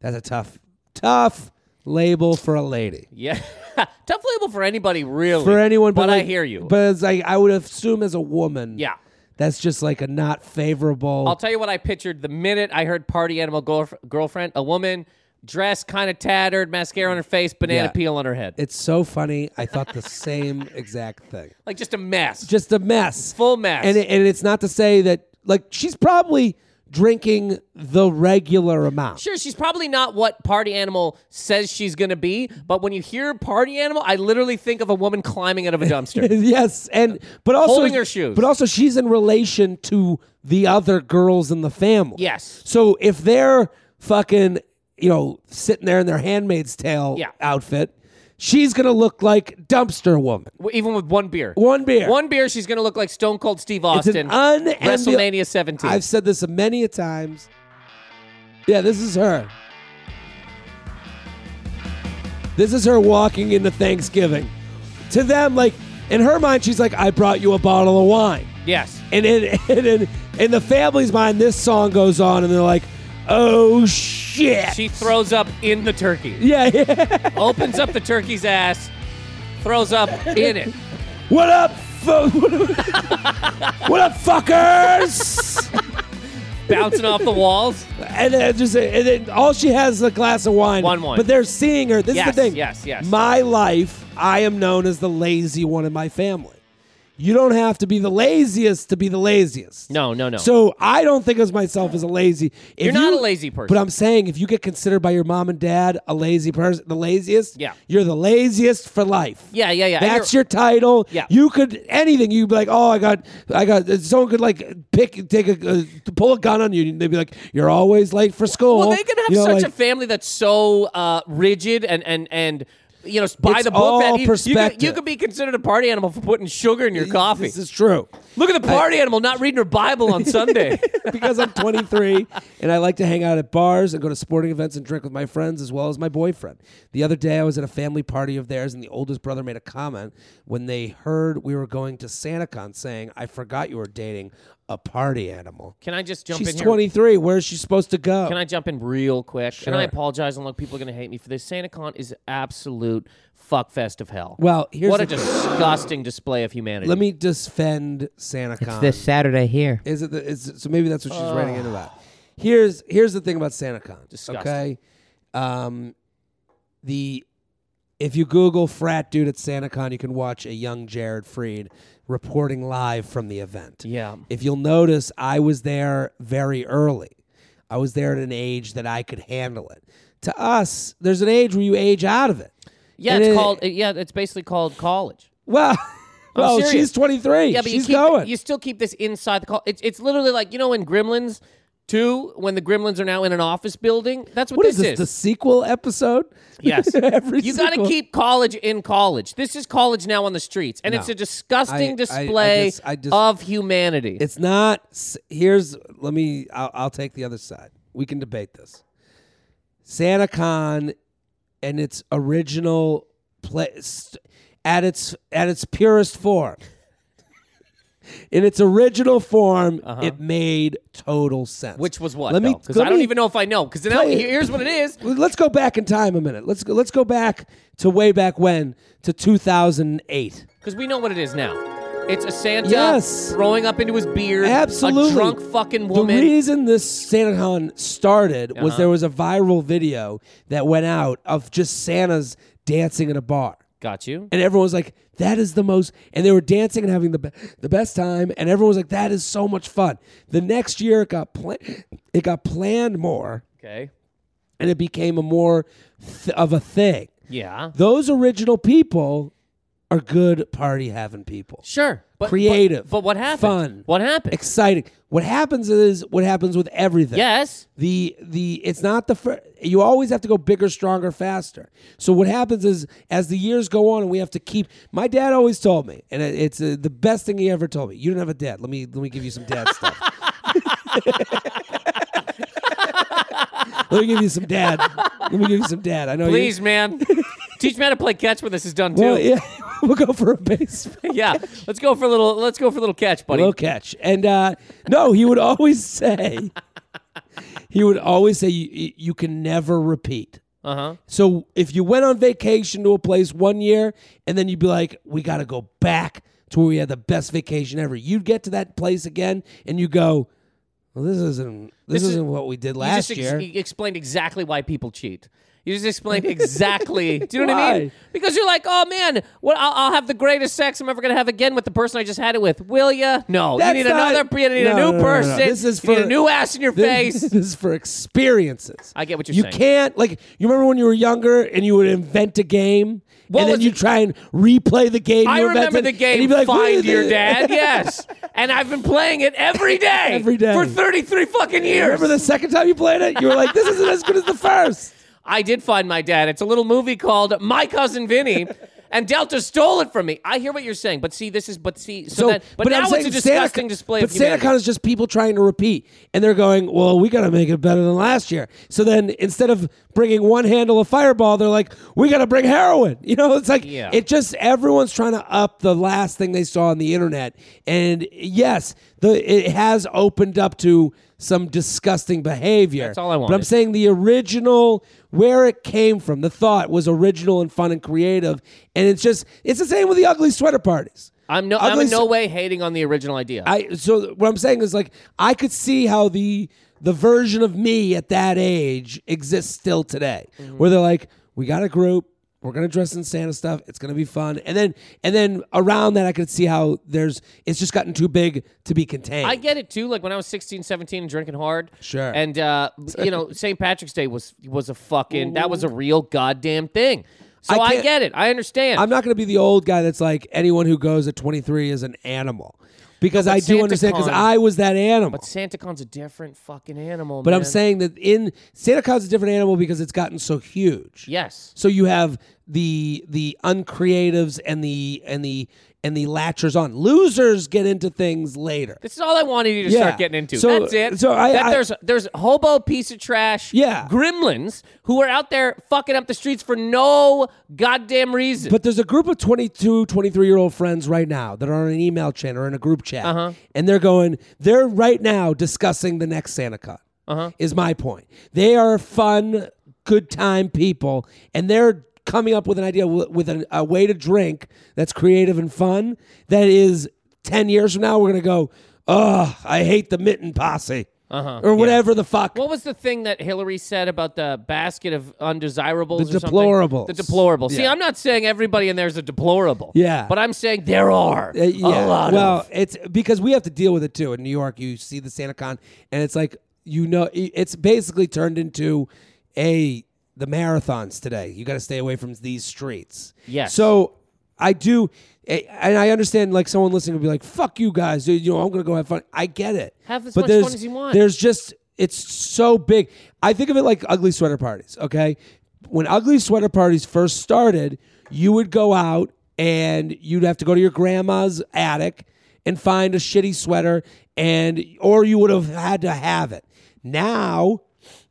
That's a tough, tough label for a lady. Yeah. Tough label for anybody, really. For anyone, but, I like- hear you. But it's like I would assume as a woman, Yeah. that's just like a not favorable. I'll tell you what I pictured the minute I heard party animal girlf- girlfriend, a woman dressed kind of tattered, mascara on her face, banana Yeah. peel on her head. it's so funny. I thought the same exact thing. like just a mess. just a mess, Full mess. And it, and it's not to say that like she's probably drinking the regular amount. Sure, she's probably not what party animal says she's going to be, but when you hear party animal, I literally think of a woman climbing out of a dumpster. yes, and but also Holding her shoes. But also she's in relation to the other girls in the family. Yes. So if they're fucking, you know, sitting there in their handmaid's tale Yeah. outfit, she's gonna look like dumpster woman. W- even with one beer. One beer. One beer, she's going to look like Stone Cold Steve Austin. un- WrestleMania 17. I've said this many a times. Yeah, this is her. This is her walking into Thanksgiving. To them, like in her mind, she's like, "I brought you a bottle of wine," yes. and in and in, in the family's mind, this song goes on, and they're like, "Oh shit!" She throws up in the turkey, yeah, yeah. opens up the turkey's ass, throws up in it. What up? Fo- what up, fuckers? bouncing off the walls. And then just uh, and then all she has is a glass of wine. One wine. But they're seeing her. This Yes, is the thing. yes, yes. My life, I am known as the lazy one in my family. You don't have to be the laziest to be the laziest. No, no, no. So I don't think of myself as a lazy. If You're not you- a lazy person. But I'm saying if you get considered by your mom and dad a lazy person, the laziest, Yeah. you're the laziest for life. Yeah, yeah, yeah. And That's you're- your title. Yeah. You could anything. You'd be like, oh, I got, I got. Someone could like pick, take a, uh, pull a gun on you. and They'd be like, you're always late for school. Well, they can have You know, such like- a family that's so uh, rigid and and and you know by It's the book all that you- you, could, you perspective. could be considered a party animal for putting sugar in your coffee. This is true. Look at the party animal not reading her Bible on Sunday. because I'm 23 and I like to hang out at bars and go to sporting events and drink with my friends as well as my boyfriend. The other day I was at a family party of theirs and the oldest brother made a comment when they heard we were going to SantaCon saying, "I forgot you were dating a party animal." Can I just jump She's in here? 23. Where is she supposed to go? Can I jump in real quick? And I Sure. apologize, and look, people are going to hate me for this. SantaCon is absolute fuckfest of hell. Well, here's what a the thing. disgusting display of humanity. Let me defend SantaCon. It's this Saturday here. Is it? The, is it- so maybe that's what she's writing into that. Here's here's the thing about SantaCon. Disgusting. Okay, um, the if you Google frat dude at SantaCon, you can watch a young Jared Freed reporting live from the event. Yeah. If you'll notice, I was there very early. I was there at an age that I could handle it. To us, there's an age where you age out of it. Yeah, And it's it- called. uh, Yeah, it's basically called college. Well, well, serious. she's 23. Yeah, but she's you keep, going. You still keep this inside the call. It's it's literally like you know in Gremlins two when the Gremlins are now in an office building. That's what, what is this? this The sequel episode? Yes. Every you got to sequel. keep college in college. This is college now on the streets, and it's I- a I- disgusting I display just- I just- of humanity. It's not. s- Here's. Let me. I'll, I'll take the other side. We can debate this. SantaCon, and its original place, at its at its purest form. In its original form, it made total sense. Uh-huh. which was what? Let me. Because let I don't me- even know if I know. Because now play it. here's what it is. Let's go back in time a minute. Let's go, let's go back to way back when to 2008. Because we know what it is now. It's a Santa Yes. throwing up into his beard. Absolutely. A drunk fucking woman. Uh-huh. The reason this SantaCon started was there was a viral video that went out of just Santa's dancing in a bar. Got you. and everyone was like, "That is the most." And they were dancing and having the be- the best time, and everyone was like, "That is so much fun." The next year, it got pla- it got planned more, Okay. and it became a more th- of a thing. Yeah. Those original people are good party having people, Sure. But, Creative. But, but what happened? Fun. What happened? exciting. What happens is what happens with everything. yes. the the it's not the fir- you always have to go bigger stronger faster so what happens is as the years go on and we have to keep my dad always told me and it- it's uh, the best thing he ever told me you don't have a dad let me let me give you some dad stuff let me give you some dad let me give you some dad i know you- Please, man. Teach me how to play catch when this is done too. well, yeah, we'll go for a base yeah. Let's go for a little let's go for a little catch, buddy. Low catch. And uh, no, he would always say, he would always say, you, you- you can never repeat. Uh-huh. So if you went on vacation to a place one year and then you'd be like, we got to go back to where we had the best vacation ever, you'd get to that place again and you go, well, this isn't this, This is- isn't what we did You last just ex- year. you explained exactly why people cheat. You just explained exactly. do you know what I mean? Why? Because you're like, oh man, what? I'll, I'll have the greatest sex I'm ever gonna have again with the person I just had it with. Will ya? No. That's you need not- another. You need No, a no, new no, no, no. person. This is you need for- a new ass in your This, face. this is for experiences. I get what you're you saying. can't like you remember when you were younger and you would invent a game What and then was you it? try and replay the game. I you remember invented, the and game you'd be like, "What Find is Your it?" Dad. yes, and I've been playing it every day, Every day. for 33 fucking years. Remember the second time you played it? You were like, this isn't as good as the first. I did find my dad. It's a little movie called My Cousin Vinny. And Delta stole it from me. I hear what you're saying, but see, this is, but see, so, that, but, I'm now it's saying a Santa disgusting Con- display But of Santa humanity. Con is just people trying to repeat, and they're going, "Well, we got to make it better than last year." So then, instead of bringing one handle of Fireball, they're like, "We got to bring heroin." You know, it's like Yeah. it just everyone's trying to up the last thing they saw on the internet, and yes, the it has opened up to some disgusting behavior. That's all I But I'm wanted. saying the original, where it came from, the thought was original and fun and creative, and it's just it's the same with the ugly sweater parties. I'm no, I'm Ugly in no s- way hating on the original idea. I so what I'm saying is like I could see how the the version of me at that age exists still today, Mm-hmm. where they're like, we got a group, we're gonna dress in Santa stuff, it's gonna be fun, and then and then around that I could see how there's it's just gotten too big to be contained. I get it too. Like when I was 16, 17 and drinking hard. Sure. And uh, you know, St. Patrick's Day was was a fucking that was a real goddamn thing. So I I, can't- get it. I understand. I'm not gonna be the old guy that's like anyone who goes at 23 is an animal, because I do Santa understand because Con- I was that animal. but SantaCon's a different fucking animal. But I'm man. saying that in Santa Claus is a different animal because it's gotten so huge. Yes. So you have the the uncreatives and the and the and the latchers on. Losers get into things later. This is all I wanted you to Yeah. start getting into. So- That's it. so I- that I- there's there's hobo piece of trash. Yeah. Gremlins who are out there fucking up the streets for no goddamn reason. But there's a group of 22, 23 year old friends right now that are on an email chain or in a group chat. Uh-huh. And they're going, they're right now discussing the next Santa Con, uh-huh. is my point. They are fun, good time people, and they're coming up with an idea, wi- with an, a way to drink that's creative and fun. That is 10 years from now, we're going to go, ugh, I hate the mitten posse. Uh-huh. Or whatever the fuck. what was the thing that Hillary said about the basket of undesirables? The or something? deplorables. The deplorables. See, Yeah. I'm not saying everybody in there is a deplorable. Yeah. But I'm saying there are Uh, yeah. a lot well, of. it's because we have to deal with it too. In New York, you see the Santa Con, and it's like you know, i- it's basically turned into a the marathons today. You got to stay away from these streets. Yes. So I do, a- and I understand. Like someone listening will be like, "Fuck you guys," dude, you know, I'm gonna go have fun. I get it. Have as but much there's, fun as you want. There's just it's so big. I think of it like ugly sweater parties. Okay, when ugly sweater parties first started, you would go out and you'd have to go to your grandma's attic and find a shitty sweater, and or you would have had to have it. Now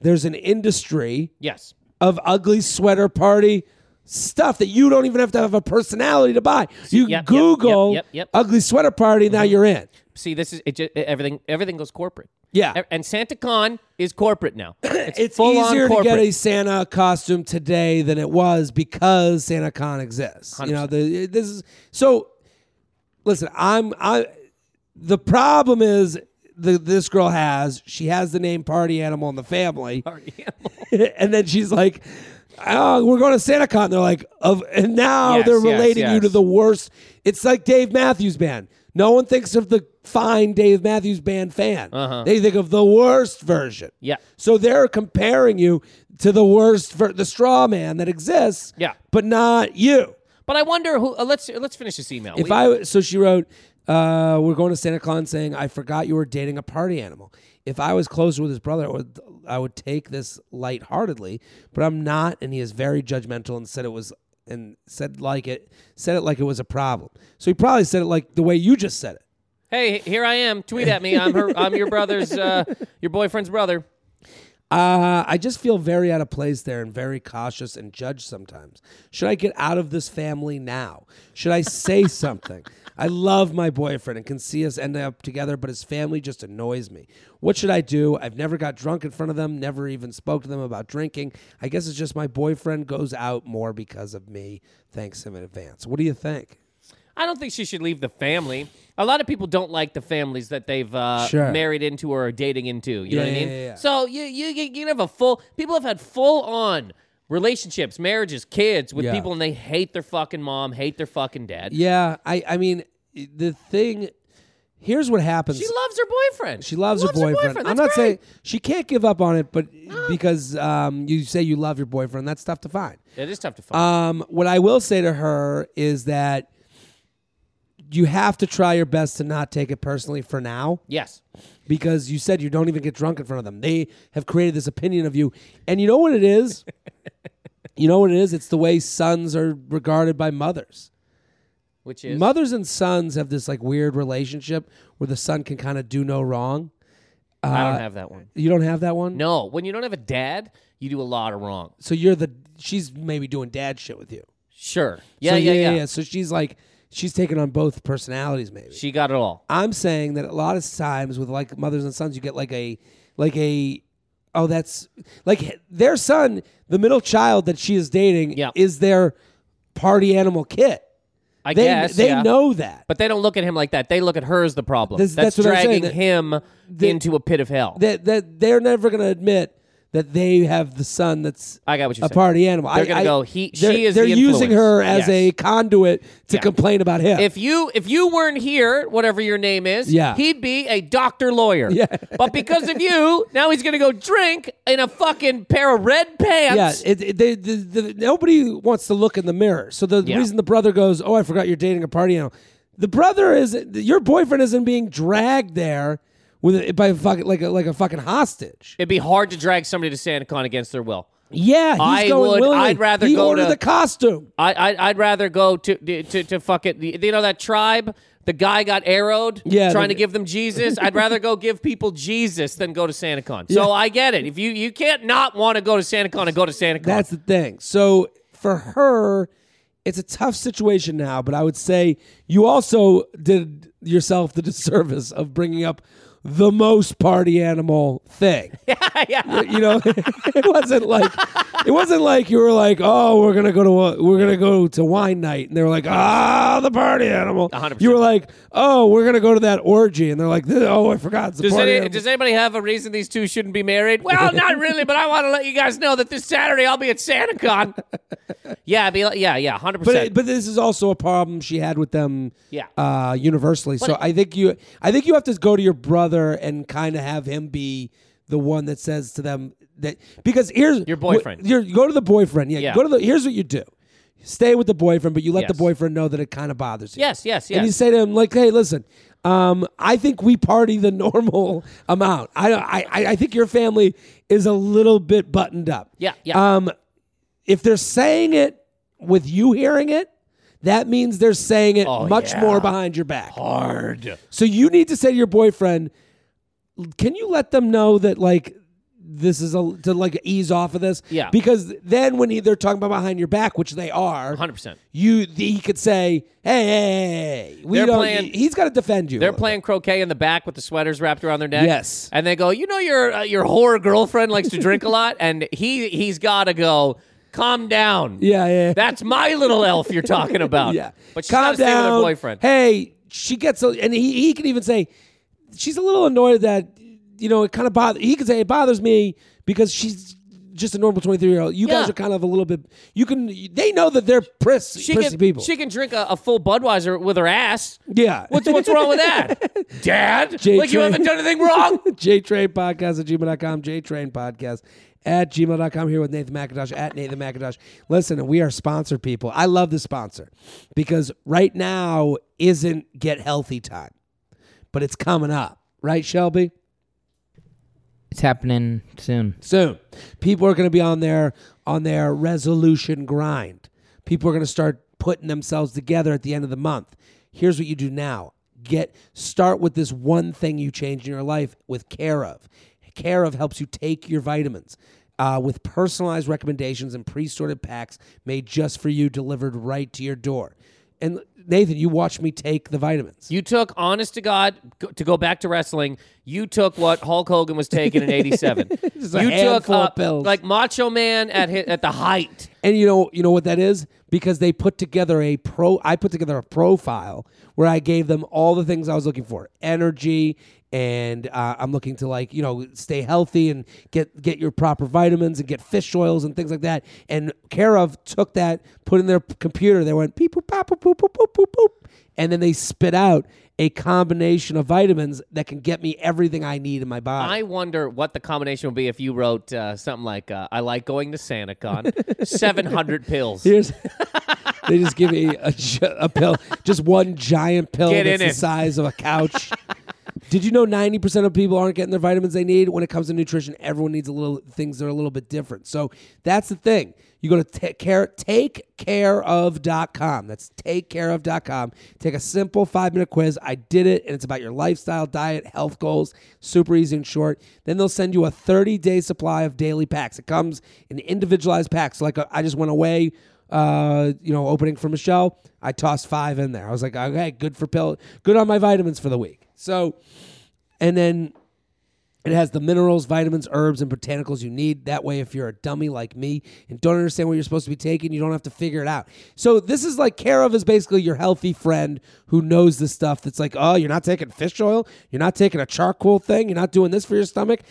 there's an industry Yes. of ugly sweater party stuff that you don't even have to have a personality to buy. You yep, yep, Google yep, yep, Mm-hmm. yep. ugly sweater party, now you're in. See, this is it. Just, everything everything goes corporate. Yeah. E- And SantaCon is corporate now. It's, It's full easier to on corporate. get a Santa costume today than it was because Santa Con exists. You know, the, this is so. Listen, I'm I. The problem is the this girl has she has the name party animal in the family, Party animal. and then she's like, oh, we're going to SantaCon. And they're like, of, and now Yes, they're yes, relating you yes. to the worst. It's like Dave Matthews Band. No one thinks of the fine Dave Matthews Band fan. Uh-huh. They think of the worst version. Yeah. So they're comparing you to the worst, ver- the straw man that exists. Yeah. But not you. But I wonder who. Uh, let's let's finish this email. If We- I so she wrote, uh, we're going to SantaCon saying I forgot you were dating a party animal. If I was closer with his brother, I would, I would take this lightheartedly, but I'm not, and he is very judgmental and said it was and said like it said it like it was a problem. So he probably said it like the way you just said it. hey, here I am. Tweet at me. I'm her. I'm your brother's. Uh, your boyfriend's brother. Uh, I just feel very out of place there and very cautious and judged sometimes. Should I get out of this family now? Should I say something? I love my boyfriend and can see us end up together, but his family just annoys me. What should I do? I've never got drunk in front of them, never even spoke to them about drinking. I guess it's just my boyfriend goes out more because of me. Thanks him in advance. What do you think? I don't think she should leave the family. A lot of people don't like the families that they've uh, Sure. married into or are dating into. You know what I Yeah, mean? yeah, yeah. So you you you can have a full. People have had full on relationships, marriages, kids with Yeah. people, and they hate their fucking mom, hate their fucking dad. Yeah, I, I mean, the thing here's what happens. She loves her boyfriend. She loves, her boyfriend. I'm That's not great. saying she can't give up on it, but because um, you say you love your boyfriend, that's tough to find. it is tough to find. Um, what I will say to her is that you have to try your best to not take it personally for now yes. because you said you don't even get drunk in front of them. They have created this opinion of you. And you know what it is? you know what it is? It's the way sons are regarded by mothers. Which is Mothers and sons have this like weird relationship where the son can kind of do no wrong. I don't have that one. You don't have that one? No, when you don't have a dad, you do a lot of wrong. So you're the she's maybe doing dad shit with you. Sure. Yeah, So yeah, yeah, So she's like she's taking on both personalities maybe. She got it all. I'm saying that a lot of times with like mothers and sons you get like a like a oh that's like their son, the middle child that she is dating Yeah. is their party animal kid. I They guess they yeah. know that. But they don't look at him like that. They look at her as the problem. This- that's, that's what I'm saying, dragging that- him into a pit of hell. That that they're never going to admit that they have the son that's I got what you're a saying. party animal. They're I- gonna I- go, he- they're- she is They're the using her influence. as Yes. a conduit to complain about him. if you if you weren't here, whatever your name is, Yeah. he'd be a doctor lawyer. Yeah. But because of you, now he's gonna go drink in a fucking pair of red pants. Yeah, it, it, they, the, the, nobody wants to look in the mirror. So the Yeah. reason the brother goes, "Oh, I forgot you're dating a party animal," the brother is your boyfriend isn't being dragged there with by a fucking like a, like a fucking hostage. It'd be hard to drag somebody to SantaCon against their will. Yeah, he's I going would- willingly. I'd rather he go ordered to- the costume. I, I I'd rather go to to to fuck it. You know that tribe. The guy got arrowed, Yeah, trying the- to give them Jesus. I'd rather go give people Jesus than go to SantaCon. So I get it. If you you can't not want to go to SantaCon and go to SantaCon. That's the thing. So for her, it's a tough situation now, but I would say you also did yourself the disservice of bringing up the most party animal thing. yeah. you know it wasn't like it wasn't like you were like oh we're gonna go to a, we're gonna go to wine night and they were like ah the party animal 100%. you were like oh we're gonna go to that orgy and they're like oh i forgot it's a Does, party any, animal. does anybody have a reason these two shouldn't be married? Well, not really, but I want to let you guys know that this Saturday I'll be at SantaCon. yeah, I'd be like, yeah, yeah, hundred but, it- percent. but this is also a problem she had with them Yeah. uh, universally so i think you i think you have to go to your brother and kind of have him be the one that says to them that because here's Your boyfriend. wh- your- go to the boyfriend yeah, Yeah. go to the here's what you do stay with the boyfriend but you let the Yes. boyfriend know that it kind of bothers you Yes, yes, yes. and you say to him like hey listen um, I think we party the normal amount. I, I I- I think your family is a little bit buttoned up. Yeah, yeah. Um, if they're saying it with you hearing it, that means they're saying it much Oh, yeah. Oh. more behind your back. Hard. So you need to say to your boyfriend, can you let them know that like this is a to like ease off of this? Yeah. Because then when he, they're talking about behind your back, which they are, Hundred percent. you he could say, hey, hey, hey, we They're don't, playing- he's got to defend you. a They're little playing croquet in the back with the sweaters wrapped around their neck. Yes. and they go, you know, your uh, your whore girlfriend likes to drink a lot, and he he's got to go. Calm down. bit. Yeah, yeah. yeah. that's my little elf you're talking about. Yeah. but she's Calm gotta stay with her down. boyfriend. Hey, she gets a, and he, he can even say she's a little annoyed that you know it kind of bothers. He can say it bothers me because she's just a normal 23 year old. You guys Yeah. are kind of a little bit. You can. They know that they're prissy, She prissy can, people. she can drink a, a full Budweiser with her ass. yeah. What's what's wrong with that, Dad? J like you Train. haven't done anything wrong. JTrain podcast at gmail.com, JTrain podcast at gmail.com here with Nathan McIntosh at Nathan McIntosh. Listen, we are sponsor people. I love the sponsor because right now isn't get healthy time, but it's coming up, right, Shelby? It's happening soon. soon. People are going to be on their on their resolution grind. People are going to start putting themselves together at the end of the month. Here's what you do now. Get start with this one thing you change in your life with Care of. Care of helps you take your vitamins. Uh, with personalized recommendations and pre-sorted packs made just for you, delivered right to your door. And Nathan, you watched me take the vitamins. You took, honest to God, go, to go back to wrestling, you took what Hulk Hogan was taking in '87. Just a handful of pills. uh, like Macho Man at hi- at the height. And you know, you know what that is? Because they put together a pro I put together a profile where I gave them all the things I was looking for. Energy and uh, I'm looking to like, you know, stay healthy and get get your proper vitamins and get fish oils and things like that. And Care of took that, put in their computer, they went beep boop pop, boop boop boop boop boop boop and then they spit out a combination of vitamins that can get me everything I need in my body. I wonder what the combination would be if you wrote uh, something like, uh, "I like going to SantaCon," 700 pills. Here's they just give me a, gi- a pill, just one giant pill Get that's in the it. size of a couch. Did you know ninety percent of people aren't getting their vitamins they need? When it comes to nutrition, everyone needs a little things that are a little bit different. So that's the thing. You go to ta- care, takecareof.com. That's takecareof.com. Take a simple five minute quiz. I did it, and it's about your lifestyle, diet, health goals. Super easy and short. Then they'll send you a 30 day supply of daily packs. It comes in individualized packs. So like a, I just went away uh, you know, opening for Michelle, I tossed five in there. I was like, okay, good for pill, good on my vitamins for the week. So, and then it has the minerals, vitamins, herbs, and botanicals you need. That way, if you're a dummy like me and don't understand what you're supposed to be taking, you don't have to figure it out. So this is like care of is basically your healthy friend who knows the stuff that's like, oh, you're not taking fish oil, you're not taking a charcoal thing, you're not doing this for your stomach.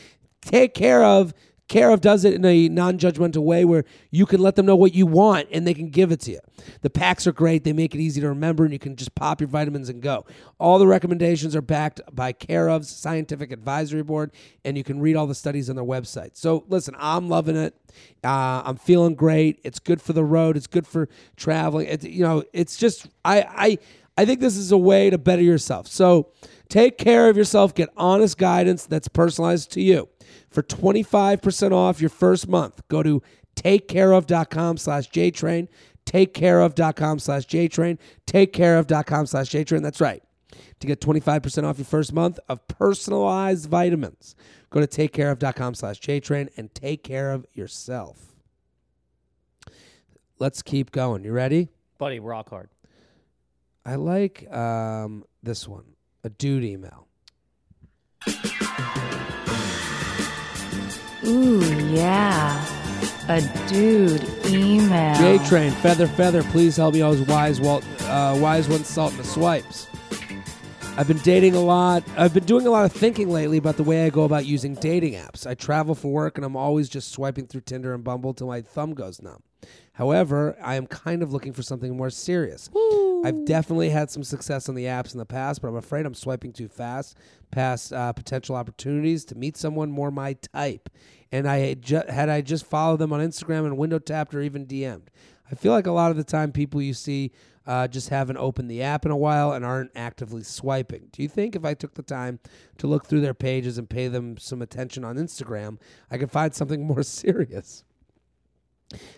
Take care of. Care of does it in a non-judgmental way where you can let them know what you want and they can give it to you. The packs are great; they make it easy to remember, and you can just pop your vitamins and go. All the recommendations are backed by Care of's scientific advisory board, and you can read all the studies on their website. So, listen, I'm loving it. Uh, I'm feeling great. It's good for the road. It's good for traveling. It's you know, it's just I I I think this is a way to better yourself. So, take care of yourself. Get honest guidance that's personalized to you. For 25% off your first month, go to takecareof.com slash jtrain, takecareof.com slash jtrain, takecareof.com slash jtrain. That's right. To get 25% off your first month of personalized vitamins, go to takecareof.com slash jtrain and take care of yourself. Let's keep going. You ready? Buddy, rock hard. I like um, this one, a dude email. Ooh, yeah. A dude email. J Train, Feather Feather, please help me. I was wise, Walt, uh, wise one, salt in the swipes. I've been dating a lot. I've been doing a lot of thinking lately about the way I go about using dating apps. I travel for work and I'm always just swiping through Tinder and Bumble till my thumb goes numb. However, I am kind of looking for something more serious. I've definitely had some success on the apps in the past, but I'm afraid I'm swiping too fast past uh, potential opportunities to meet someone more my type. And I had, ju- had I just followed them on Instagram and window tapped or even DM'd. I feel like a lot of the time people you see uh, just haven't opened the app in a while and aren't actively swiping. Do you think if I took the time to look through their pages and pay them some attention on Instagram, I could find something more serious?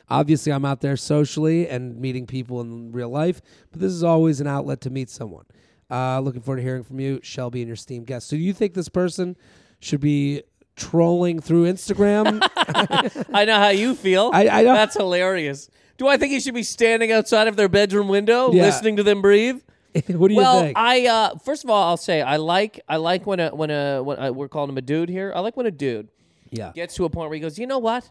Obviously, I'm out there socially and meeting people in real life, but this is always an outlet to meet someone. Uh, looking forward to hearing from you, Shelby, and your steam guest. So, do you think this person should be trolling through Instagram? I know how you feel. I- I don't- That's hilarious. Do I think you should be standing outside of their bedroom window, Yeah. listening to them breathe? what do you well, think? I uh, first of all, I'll say I like I like when a when a when I, we're calling him a dude here. I like when a dude yeah. gets to a point where he goes, you know what?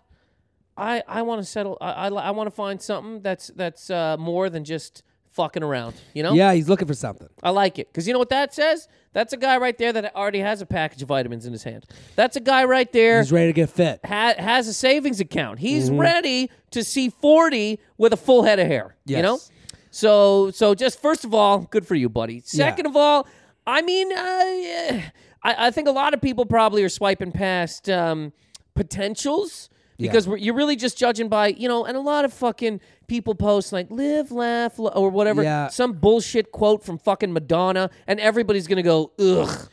I I want to settle. I I, li- I want to find something that's that's uh, more than just fucking around. You know? Yeah, he's looking for something. I like it. Because you know what that says? That's a guy right there that already has a package of vitamins in his hand. That's a guy right there He's ready to get fit. ha- has a savings account. He's Mm-hmm. ready to see 40 with a full head of hair. You Yes. know? So so just first of all, good for you, buddy. Second of all, I mean, uh, yeah, I, I think a lot of people probably are swiping past um, potentials because we're, you're really just judging by you know, and a lot of fucking people post like "live, laugh" lo- or whatever, Yeah. some bullshit quote from fucking Madonna, and everybody's gonna go ugh.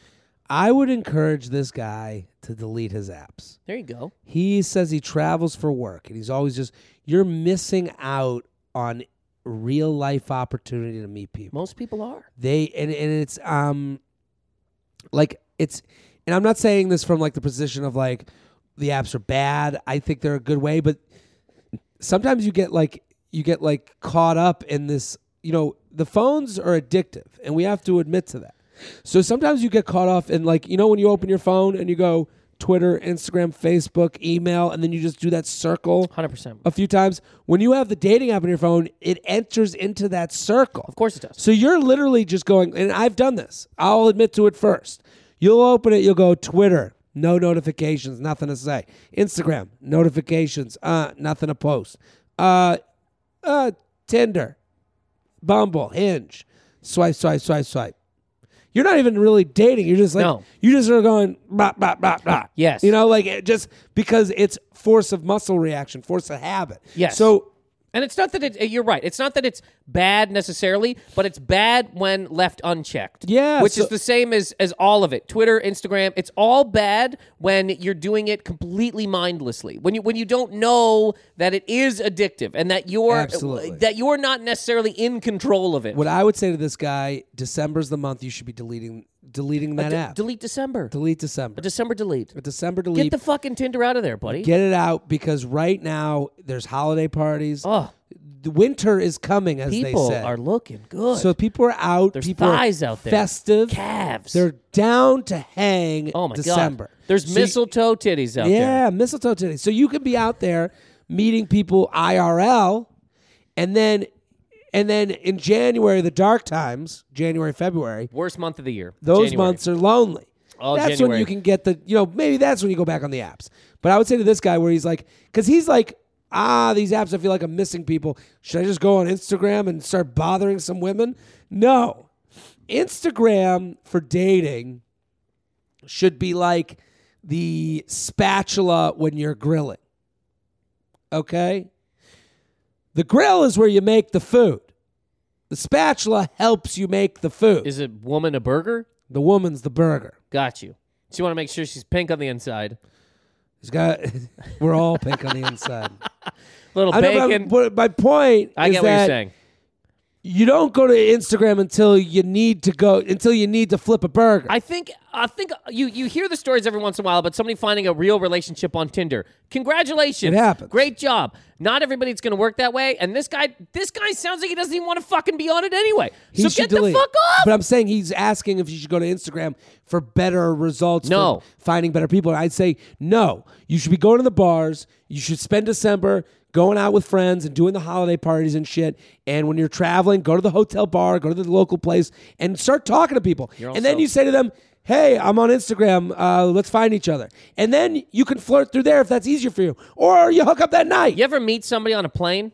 I would encourage this guy to delete his apps. There you go. He says he travels for work and he's always just, you're missing out on real life opportunity to meet people. Most people are. they and, and it's um like it's and i'm not saying this from like the position of like the apps are bad i think they're a good way but sometimes you get like you get like caught up in this you know the phones are addictive and we have to admit to that so sometimes you get caught off in like you know when you open your phone and you go twitter instagram facebook email and then you just do that circle Hundred percent. a few times when you have the dating app on your phone it enters into that circle Of course it does. so you're literally just going, and I've done this. I'll admit to it first. You'll open it, you'll go Twitter, no notifications, nothing to say. Instagram, notifications, uh, nothing to post. Uh, uh, Tinder, Bumble, Hinge, swipe, swipe, swipe, swipe. You're not even really dating. You're just like No. you just are going blah blah blah blah. Yes. you know, like it just because it's force of muscle reaction, force of habit. Yes. So And it's not that it, you're right. It's not that it's bad necessarily, but it's bad when left unchecked. Yeah, which so- is the same as as all of it. Twitter, Instagram, it's all bad when you're doing it completely mindlessly. When you when you don't know that it is addictive and that you're Absolutely. that you're not necessarily in control of it. What I would say to this guy, December's the month you should be deleting deleting that De- app. Uh, delete December. delete December. December delete. December delete. Get the fucking Tinder out of there, buddy. Get it out because right now there's holiday parties. oh, The winter is coming, as people they say. are looking good. so people are out. There's people are thighs out there. Festive. Calves. They're down to hang. oh my December. god. There's So you- mistletoe titties out there. yeah, mistletoe today. So you could be out there meeting people IRL, and then and then in January, the dark times, January, February, Worst month of the year. Those January. months are lonely. All that's when January. you can get the, you know, maybe that's when you go back on the apps. But I would say to this guy where he's like, because he's like, ah, these apps, I feel like I'm missing people. Should I just go on Instagram and start bothering some women? No. Instagram for dating should be like the spatula when you're grilling. Okay? The grill is where you make the food. The spatula helps you make the food. Is a woman a burger? The woman's the burger. Got you. So you want to make sure she's pink on the inside. He's got. we're all pink on the inside. little I know, Oh, bacon. but, but my point I is get what that you're saying. you don't go to Instagram until you need to go until you need to flip a burger. I think I think you you hear the stories every once in a while about somebody finding a real relationship on Tinder. Congratulations. It happens. Great job. Not everybody's going to work that way and this guy this guy sounds like he doesn't even want to fucking be on it anyway. he so should get delete. the fuck off. But I'm saying he's asking if you should go to Instagram for better results. No. from finding better people. And I'd say no. You should be going to the bars. You should spend December going out with friends and doing the holiday parties and shit. And when you're traveling, go to the hotel bar, go to the local place, and start talking to people. and then also- you say to them. Hey, I'm on Instagram. Uh, let's find each other. And then you can flirt through there if that's easier for you. Or you hook up that night. you ever meet somebody on a plane?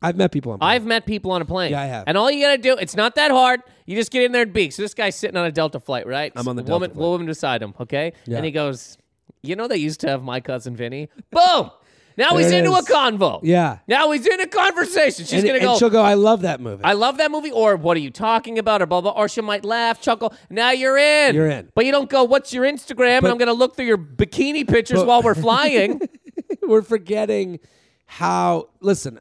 I've met people on I've met people on a plane. Yeah, I have. And all you gotta do, it's not that hard. You just get in there and be. So this guy's sitting on a Delta flight, right? I'm on the woman, Delta flight. Woman beside him, okay? Yeah. And he goes, "You know they used to have my cousin Vinny. Boom! Now he's it into is. a convo. Yeah. Now he's in a conversation. She's and, gonna and go. she'll go, I love that movie. I love that movie, or what are you talking about, or blah blah. Or she might laugh, chuckle. Now you're in. You're in. But you don't go. What's your Instagram? But- and I'm gonna look through your bikini pictures But- while we're flying. we're forgetting how listen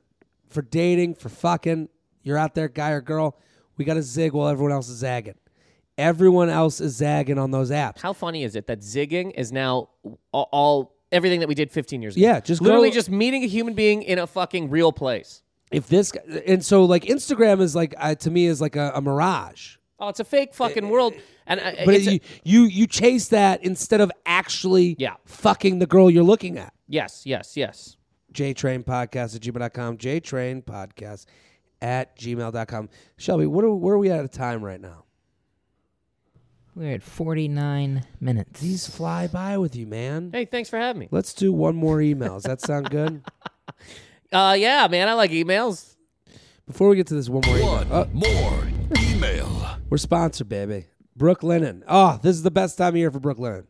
for dating for fucking you're out there guy or girl we gotta zig while everyone else is zagging everyone else is zagging on those apps How funny is it that zigging is now all, all everything that we did 15 years ago? Yeah, just literally go- just meeting a human being in a fucking real place. if this guy- and so like instagram is like uh, to me is like a, a mirage Oh, it's a fake fucking world, and I, but it's a- you, you you chase that instead of actually Yeah. fucking the girl you're looking at yes, yes, yes. jtrainpodcast at gmail.com jtrainpodcast at gmail.com. Shelby, what are, where are we at of time right now? We're at 49 minutes. These fly by with you, man. Hey, thanks for having me. Let's do one more email. Does that sound good? Uh, yeah, man, I like emails. Before we get to this one more email, One oh, more email. we're sponsored, baby. Brooke Lennon. Oh, this is the best time of year for Brooke Lennon.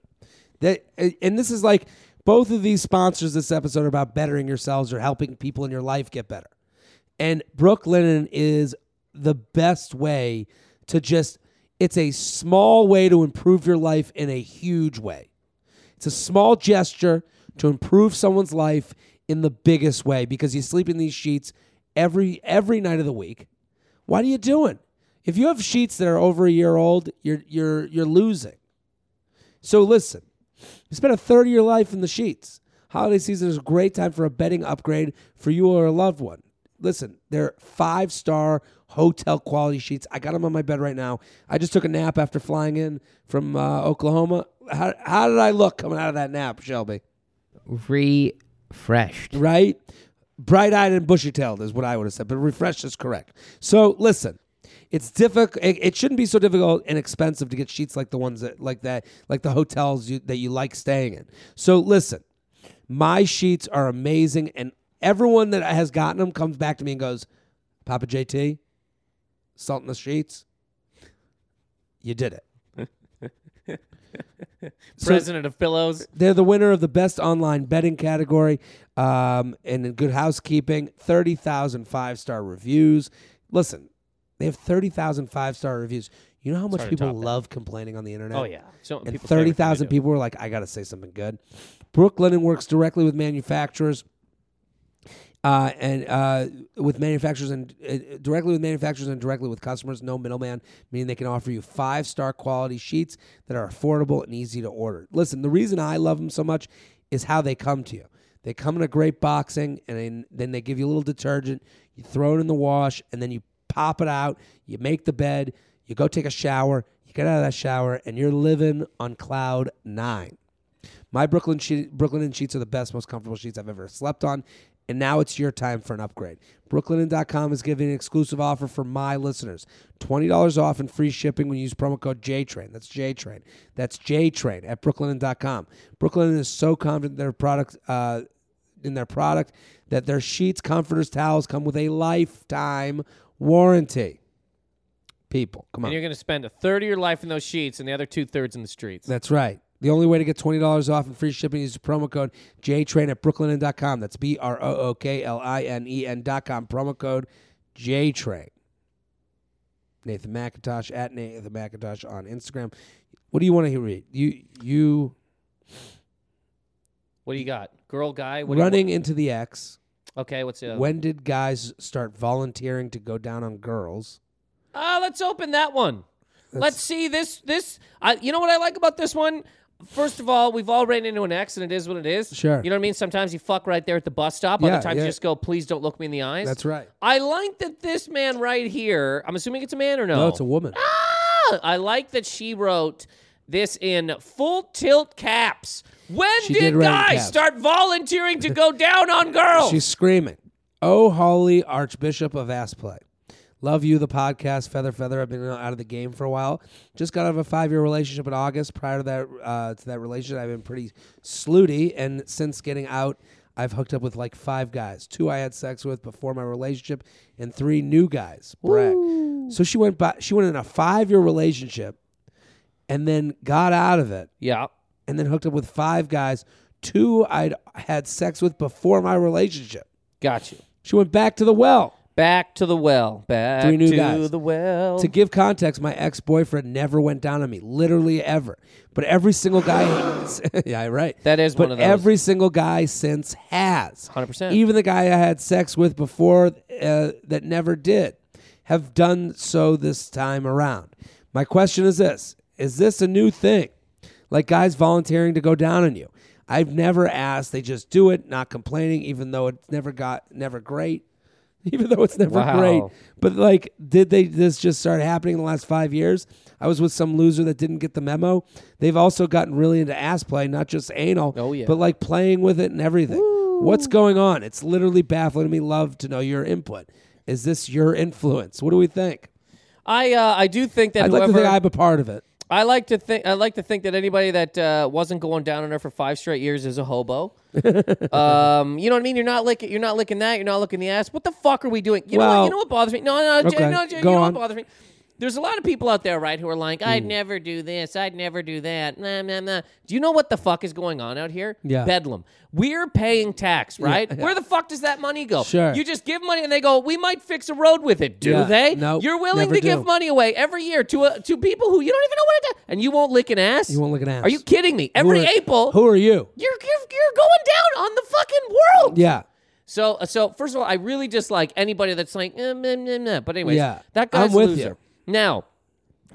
They, and this is like both of these sponsors this episode are about bettering yourselves or helping people in your life get better. And Brooke Lennon is the best way to just, it's a small way to improve your life in a huge way. It's a small gesture to improve someone's life in the biggest way because you sleep in these sheets every every night of the week. What are you doing? If you have sheets that are over a year old, you're you're you're losing. So listen, you spent a third of your life in the sheets. Holiday season is a great time for a bedding upgrade for you or a loved one. Listen, they're five star hotel quality sheets. I got them on my bed right now. I just took a nap after flying in from uh, Oklahoma. How, how did I look coming out of that nap, Shelby? Refreshed. right? Bright eyed and bushy tailed is what I would have said, but refreshed is correct. So listen, it's difficult. It, it shouldn't be so difficult and expensive to get sheets like the ones that, like that, like the hotels you, that you like staying in. So listen, my sheets are amazing, and everyone that has gotten them comes back to me and goes, "Papa JT, salt in the sheets, you did it." So- President of Pillows. They're the winner of the best online betting category um, and in good housekeeping, 30,000 five star reviews. Listen, they have 30,000 five star reviews. You know how much hard to people top that. love complaining on the internet? Oh yeah, so and people's favorite thing to 30,000 do. people were like, I got to say something good. Brooke Lennon works directly with manufacturers. Uh, and uh, with manufacturers and uh, directly with manufacturers and directly with customers, no middleman, meaning they can offer you five star quality sheets that are affordable and easy to order. Listen, the reason I love them so much is how they come to you. They come in a great boxing, and then, then they give you a little detergent. You throw it in the wash, and then you pop it out. You make the bed. You go take a shower. You get out of that shower, and you're living on cloud nine. My Brooklyn sheet, Brooklyn and sheets are the best, most comfortable sheets I've ever slept on. And now it's your time for an upgrade. Brooklinen.com is giving an exclusive offer for my listeners. $20 off and free shipping when you use promo code JTRAIN. That's JTRAIN. That's JTRAIN at Brooklinen.com. Brooklyn is so confident their product uh, in their product that their sheets, comforters, towels come with a lifetime warranty. People, come on. And you're going to spend a third of your life in those sheets, and the other two thirds in the streets. That's right. The only way to get $20 off and free shipping is the promo code JTRAIN at brooklinen.com. That's B R O O K L I N E N.com. Promo code JTRAIN. Nathan McIntosh at Nathan McIntosh on Instagram. What do you want to hear read? You you what do you got, girl, guy? What do you want? running into the X. okay, what's the? When did guys start volunteering to go down on girls? Ah, let's open that one. let's see this. This. I you know what I like about this one? First of all, we've all ran into an ex, and it is what it is. Sure. You know what I mean? Sometimes you fuck right there at the bus stop. Yeah, Other times yeah. you just go, please don't look me in the eyes. That's right. I like that this man right here. I'm assuming it's a man or no? No, Oh, it's a woman. Ah, I like that she wrote this in full tilt caps. When She did did write in guys caps. start volunteering to go down on girls? She's screaming, Oh, holy Archbishop of Ass Play. Love you, the podcast. Feather, feather. I've been out of the game for a while. Just got out of a five year relationship in August. Prior to that, uh, to that relationship, I've been pretty slooty. And since getting out, I've hooked up with like five guys. Two I had sex with before my relationship, and three new guys. Brag. So she went by. She went in a five year relationship, and then got out of it yeah. and then hooked up with five guys, two I'd had sex with before my relationship. Got you. She went back to the well. Back to the well. Back Three new to guys. the well. To give context, my ex boyfriend never went down on me, literally ever. But every single guy, yeah, right. That is but one of those. every single guy since has 100%. Even the guy I had sex with before uh, that never did have done so this time around. My question is this: Is this a new thing? Like guys volunteering to go down on you? I've never asked. They just do it, not complaining, even though it's never got never great. Even though it's never Wow. great, but like, did they this just start happening in the last five years? I was with some loser that didn't get the memo. They've also gotten really into ass play, not just anal, Oh, yeah. but like playing with it and everything. What's going on? It's literally baffling to me. Love to know your input. Is this your influence? What do we think? I uh, I do think that I'd like whoever to think I'm a part of it. I like to think I like to think that anybody that uh, wasn't going down on her for five straight years is a hobo. um, you know what I mean? You're not licking. You're not licking that. You're not licking the ass. What the fuck are we doing? You know what? Well- You know what bothers me? No, no, Jay, Okay, no, Jay, you go know on. Hmm. what bothers me? There's a lot of people out there, right, who are like, "I'd never do this. I'd never do that." Nah, nah, nah. Do you know what the fuck is going on out here? Yeah. Bedlam. We're paying tax, right? Where the fuck does that money go? Sure. You just give money, and they go, "We might fix a road with it." Do Yeah. they? No, You're willing never to give do. money money away every year to uh, to people who you don't even know what it does, and you won't lick an ass. You won't lick an ass. Are you kidding me? Every Who are- April, Who are you? you're, you're you're going down on the fucking world. Yeah. So uh, so first of all, I really dislike anybody that's like, eh, meh, meh, meh. but anyways, Yeah. that guy's I'm with a loser. you. Now.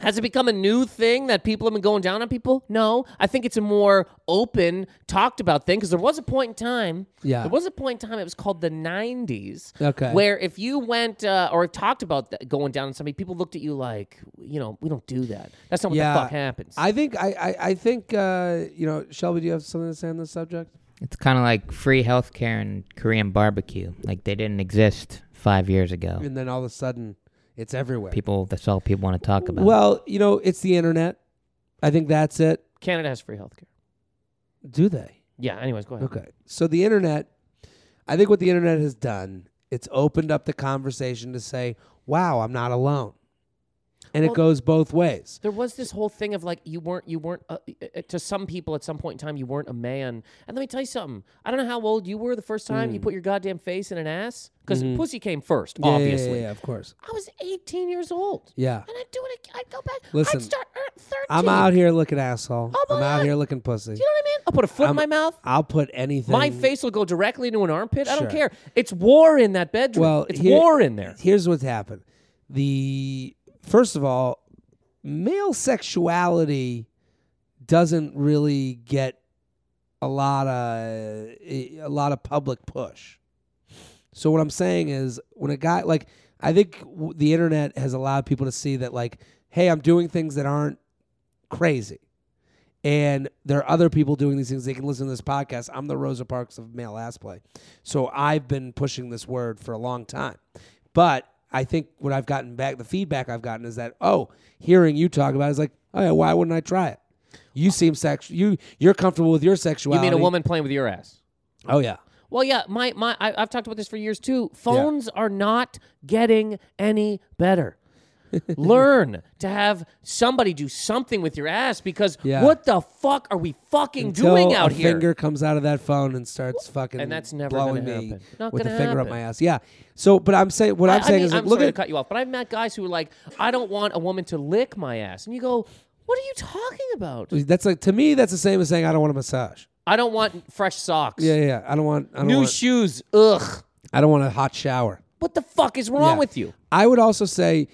Has it become a new thing that people have been going down on people? No, I think it's a more open, talked about thing because there was a point in time. Yeah. there was a point in time. It was called the '90s. Okay. where if you went uh, or talked about th- going down on somebody, people looked at you like, you know, we don't do that. That's not what yeah. the fuck happens. I think I I, I think uh, you know Shelby. Do you have something to say on this subject? It's kind of like free healthcare and Korean barbecue. Like they didn't exist five years ago. And then all of a sudden, it's everywhere. People, that's all people want to talk about. Well, you know, it's the internet. I think that's it. Canada has free healthcare. Do they? Yeah. Anyways, go ahead. Okay. So the internet, I think what the internet has done, it's opened up the conversation to say, "Wow, I'm not alone," and Well- it goes both ways. There was this whole thing of like you weren't you weren't uh, uh, to some people at some point in time you weren't a man. And let me tell you something. I don't know how old you were the first time you put your goddamn face in an ass because pussy came first, Hmm. Mm-hmm. Yeah, yeah, yeah, obviously. yeah, of course. I was 18 years old. Yeah. And I'd do it. ag- I'd go back. Listen, I'd start uh, at 13. I'm out here looking asshole. Oh my I'm out God. here looking pussy. Do you know what I mean? I'll put a foot in I'm- my mouth. I'll put anything. My face will go directly into an armpit. I don't Sure. care. It's war in that bedroom. Well, it's here- war in there. Here's what's happened. The first of all, male sexuality doesn't really get a lot of a lot of public push. So what I'm saying is, when a guy like, I think w- the internet has allowed people to see that, like, hey, I'm doing things that aren't crazy, and there are other people doing these things. They can listen to this podcast. I'm the Rosa Parks of male ass play, so I've been pushing this word for a long time. But I think what I've gotten back, the feedback I've gotten is that, oh, hearing you talk about it is like, oh yeah, why wouldn't I try it? You seem sex. You you're comfortable with your You sexuality. mean a woman playing with your ass? Oh yeah. Well, yeah, my my I, I've talked about this for years too. Phones are not getting any better. Learn to have somebody do something with your ass because Yeah. what the fuck are we fucking Until doing out a here? Finger comes out of that phone and starts fucking And that's never gonna blowing me happen. Not with the gonna finger up happen. my ass. Yeah. So, but I'm saying what I'm I- I saying mean, is like, I'm look sorry at to cut you off, but I've met guys who are like, I don't want a woman to lick my ass, and you go, what are you talking about? that's like to me that's the same as saying I don't want a massage. I don't want fresh socks. Yeah, yeah. yeah. I don't want I don't New want shoes. Ugh. I don't want a hot shower. What the fuck is wrong Yeah. with you? I would also say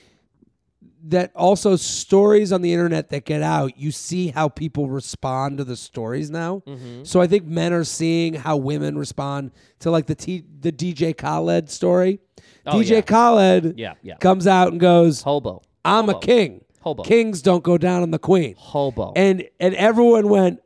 that also stories on the internet that get out, you see how people respond to the stories now. Mm-hmm. So I think men are seeing how women respond to like the T- the DJ Khaled story. DJ Oh, yeah. Khaled Yeah, yeah. comes out and goes, Hobo. "I'm a king. Hobo. Kings don't go down on the queen." Hobo. And and everyone went,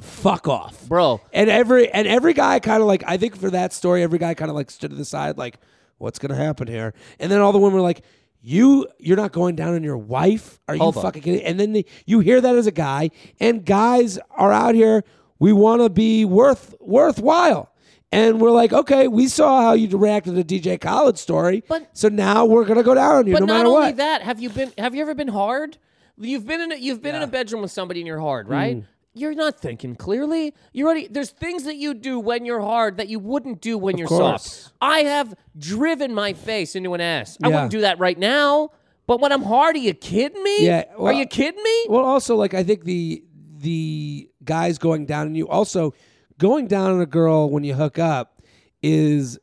"Fuck off, Bro. And every and every guy kind of like I think for that story, every guy kind of like stood to the side, like, "What's gonna happen here?" And then all the women were like. You you're not going down on your wife? Are you Hobo. fucking kidding? And then the, you hear that as a guy, and guys are out here. We want to be worth worthwhile, and we're like, okay, we saw how you reacted to DJ Khaled story, But- so now we're gonna go down on you But no not matter only what. that, have you been? Have you ever been hard? You've been in a, you've been in a bedroom with somebody and you're hard, right? Mm. You're not thinking clearly. You're already there's things that you do when you're hard that you wouldn't do when you're course. soft. I have driven my face into an ass. I Yeah. wouldn't do that right now. But when I'm hard, are you kidding me? Yeah, are well- you kidding me? Well, also like I think the the guys going down on you also going down on a girl when you hook up is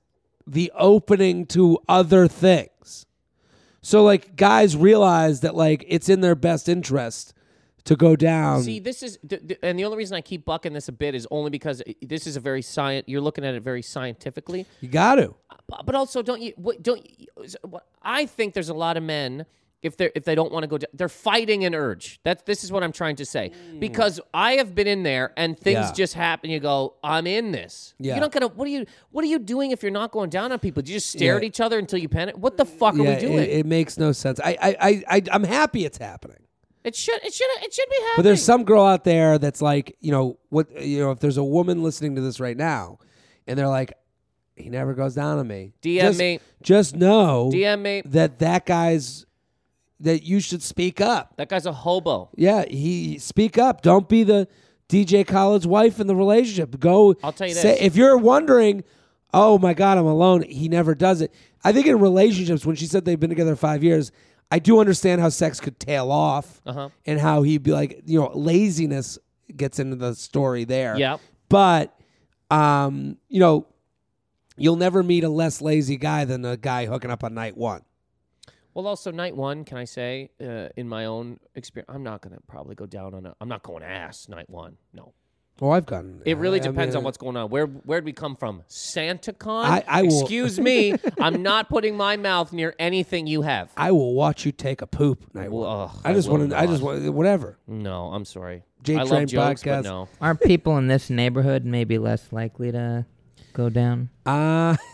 the opening to other things. So like guys realize that like it's in their best interest to go down. See, this is, th- th- and the only reason I keep bucking this a bit is only because i- this is a very science. You're looking at it very scientifically. you got to. but, but also don't you what- don't you, what- I think there's a lot of men if they if they don't want to go down. They're fighting an urge. That's this is what I'm trying to say because I have been in there and things Hmm. Yeah. just happen. You go, I'm in this. Yeah. You're not gonna. What are you What are you doing if you're not going down on people? Do you just stare Yeah. at each other until you panic? What the fuck are yeah, we doing? It, it makes no sense. I, I, I, I, I'm happy it's happening. It should it should it should be happening. But there's some girl out there that's like, you know, what you know, if there's a woman listening to this right now and they're like, he never goes down on me. DM just, me. Just know DM me. that that guy's that you should speak up. That guy's a hobo. Yeah, he speak up. Don't be the DJ college wife in the relationship. Go I'll tell you say, this. if you're wondering, oh my god, I'm alone. He never does it. I think in relationships when she said they've been together 5 years, I do understand how sex could tail off Uh huh. and how he'd be like, you know, laziness gets into the story there. Yep. But, um, you know, you'll never meet a less lazy guy than a guy hooking up on night one. Well, also night one, can I say, uh, in my own experience, I'm not gonna probably go down on a. I'm not going ass night one. No, Oh, I've gotten. it really I depends mean, on what's going on. Where where'd we come from? SantaCon. I- I will- Excuse me, I'm not putting my mouth near anything you have. I will watch you take a poop night Well, one. ugh, I just will want to. I not. just want whatever. No, I'm sorry. J I love Train jokes, podcast. but no. Aren't people in this neighborhood maybe less likely to go down? Uh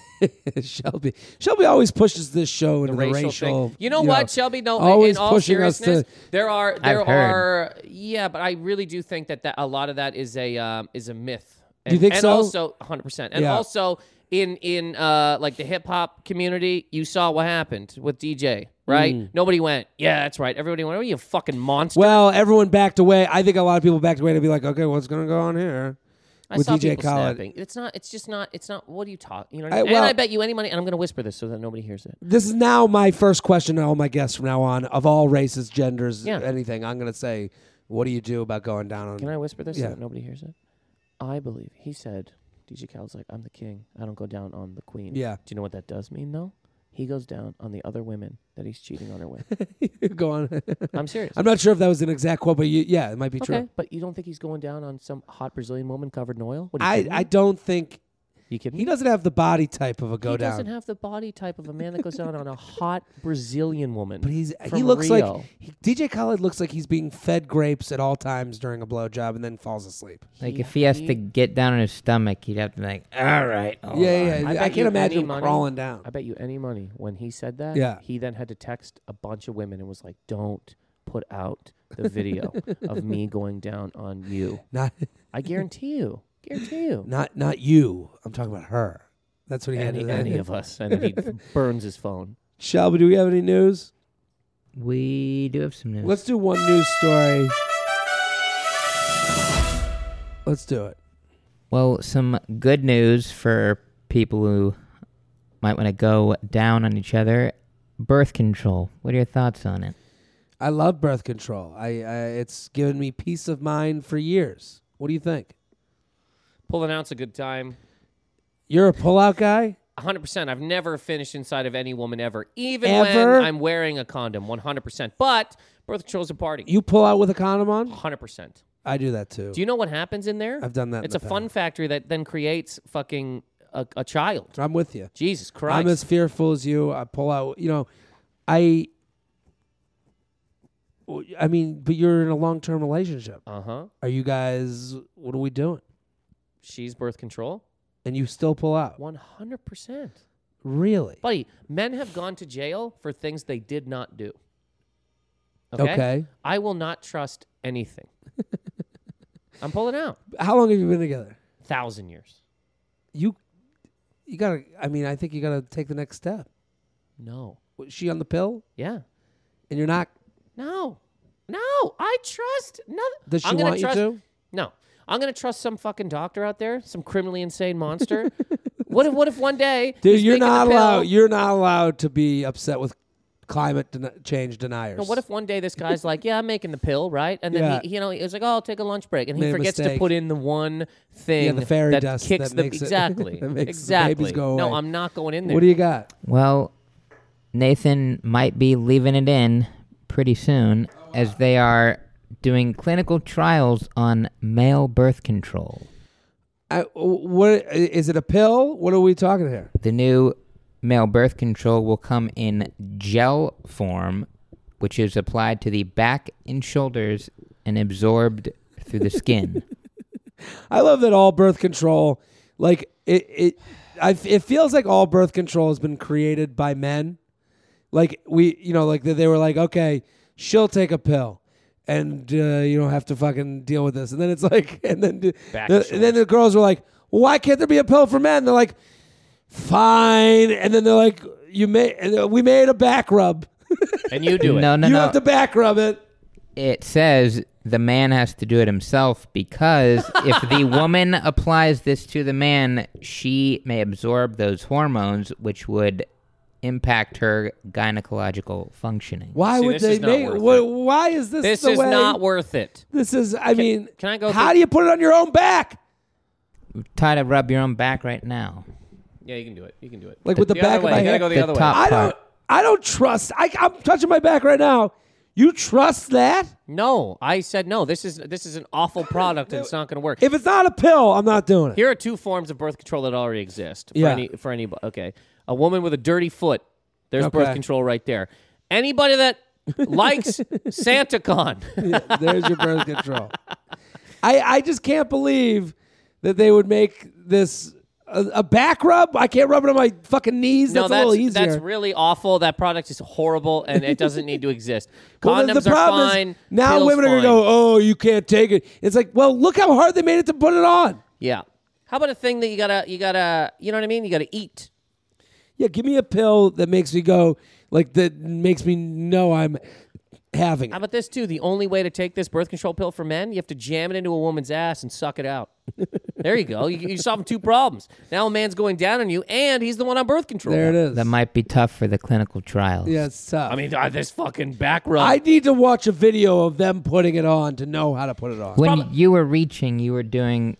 Shelby. Shelby always pushes this show into the, racial, thing. You know what, Shelby? No, always in all pushing us to- seriousness, there are there I've heard. are yeah, but I really do think that, that a lot of that is a um, is a myth. And, you think and so? Also, hundred percent, and Yeah. also in in uh, like the hip hop community, you saw what happened with DJ, right? Mm. Nobody went, yeah, that's right. Everybody went, oh, you fucking monster. Well, everyone backed away. I think a lot of people backed away to be like, okay, what's going to go on here? I with saw DJ people Khaled. snapping. It's not. It's just not. It's not. What are you talking? You know. What I- I, mean? well- and I bet you any money. And I'm going to whisper this so that nobody hears it. This is now my first question to all my guests from now on of all races, genders, Yeah. anything. I'm going to say, what do you do about going down on? Can I whisper this Yeah. so that nobody hears it? I believe he said, DJ Khaled's like, I'm the king. I don't go down on the queen. Yeah. Do you know what that does mean though? He goes down on the other women that he's cheating on her with. go on. I'm serious. I'm not sure if that was an exact quote, but you, yeah, it might be okay, true. but you don't think he's going down on some hot Brazilian woman covered in oil? What are you I, kidding I me? don't think you kidding he me? doesn't have the body type of a go he down. doesn't have the body type of a man that goes down on a hot Brazilian woman. but he's from he looks Rio. like he, DJ Khaled looks like he's being fed grapes at all times during a blowjob and then falls asleep. Like if he has to get down on his stomach, he'd have to be like, all right. hold yeah, on." yeah, yeah. Oh, I bet I, you can't imagine any him money- crawling down. I bet you any money when he said that, Yeah. he then had to text a bunch of women and was like, "Don't put out the video of me going down on you." Not I guarantee you, guarantee you. not not you. I'm talking about her. That's what he had Any, to any of us, and then he burns his phone. Shelby, do we have any news? We do have some news. Let's do one news story. Let's do it. Well, some good news for people who might want to go down on each other. Birth control. What are your thoughts on it? I love birth control. I, I it's given me peace of mind for years. What do you think? Pulling out's a good time. You're a pullout guy. 100%. I've never finished inside of any woman ever, even Ever? when I'm wearing a condom. 100%. But birth control's a party. You pull out with a condom on. 100%. I do that too. Do you know what happens in there? I've done that. in It's the a fun past. factory that then creates fucking a, a child. I'm with you. Jesus Christ. I'm as fearful as you. I pull out. You know, I. I mean, but you're in a long term relationship. Uh huh. Are you guys? What are we doing? She's birth control. And you still pull out? 100%. Really? Buddy, men have gone to jail for things they did not do. Okay. I will not trust anything. I'm pulling out. How long have you been together? Thousand years. You, you gotta. I mean, I think you gotta take the next step. No. Was she on the pill, Yeah. and you're not. No. No. I trust nothing. Does she I'm gonna want you trust, to? No. I'm gonna trust some fucking doctor out there, some criminally insane monster. what if? What if one day, Dude, he's you're taking the not pill- allowed. You're not allowed to be upset with climate den- change deniers. Now, what if one day this guy's like, "Yeah, I'm making the pill, right?" And then he, you know, he was like, "Oh, I'll take a lunch break," and he Made a forgets to mistake. put in the one thing Yeah, the fairy that dust kicks that the makes it- exactly, that makes the exactly. babies go No, away. I'm not going in there. What do you got? Well, Nathan might be leaving it in pretty soon as they are doing clinical trials on male birth control. I, what is it? A pill? What are we talking here? The new male birth control will come in gel form which is applied to the back and shoulders and absorbed through the skin. I love that all birth control, like it, it, I, it feels like all birth control has been created by men. Like we, you know, like they- they were like, okay, she'll take a pill, and uh, you don't have to fucking deal with this. And then it's like, and then the, Back the- and and then the girls were like, why can't there be a pill for men? They're like, fine. And then they're like, you made, and uh, we made a back rub. and you do it. No, no, you no. have to back rub it. it says the man has to do it himself because if the woman applies this to the man, she may absorb those hormones, which would impact her gynecological functioning. Why See, would this they is not make? worth Why, it. why is this? This the is way- not worth it. This is. I mean, can I go How through- do you put it on your own back? Try to rub your own back right now. Yeah, you can do it. You can do it. Like with the, back other of my way. hand. You gotta go the, The other top. way. I don't. I don't trust. I, I'm touching my back right now. You trust that? No, I said no. This is this is an awful product, and it's not going to work. If it's not a pill, I'm not doing it. Here are two forms of birth control that already exist. For Yeah. Any, for any, okay. A woman with a dirty foot. There's birth Okay. control right there. Anybody that likes SantaCon. There's your birth control. I I just can't believe that they would make this a, a back rub. I can't rub it on my fucking knees. no, that's, a little easier. that's really awful. That product is horrible, and it doesn't need to exist. Well, Condoms the- the are problem is fine. now pills women are fine. gonna go, oh, you can't take it. It's like, well, look how hard they made it to put it on. Yeah. How about a thing that you gotta, you gotta, you know what I mean? You gotta eat. Yeah, give me a pill that makes me go like that makes me know I'm having How it. about this too? The only way to take this birth control pill for men, you have to jam it into a woman's ass and suck it out. there you go. You, you're solving two problems. Now a man's going down on you, and he's the one on birth control. There it is. That might be tough for the clinical trials. yeah, it's tough. I mean, uh, this fucking back rub. I need to watch a video of them putting it on to know how to put it on. When Probably- you were reaching, you were doing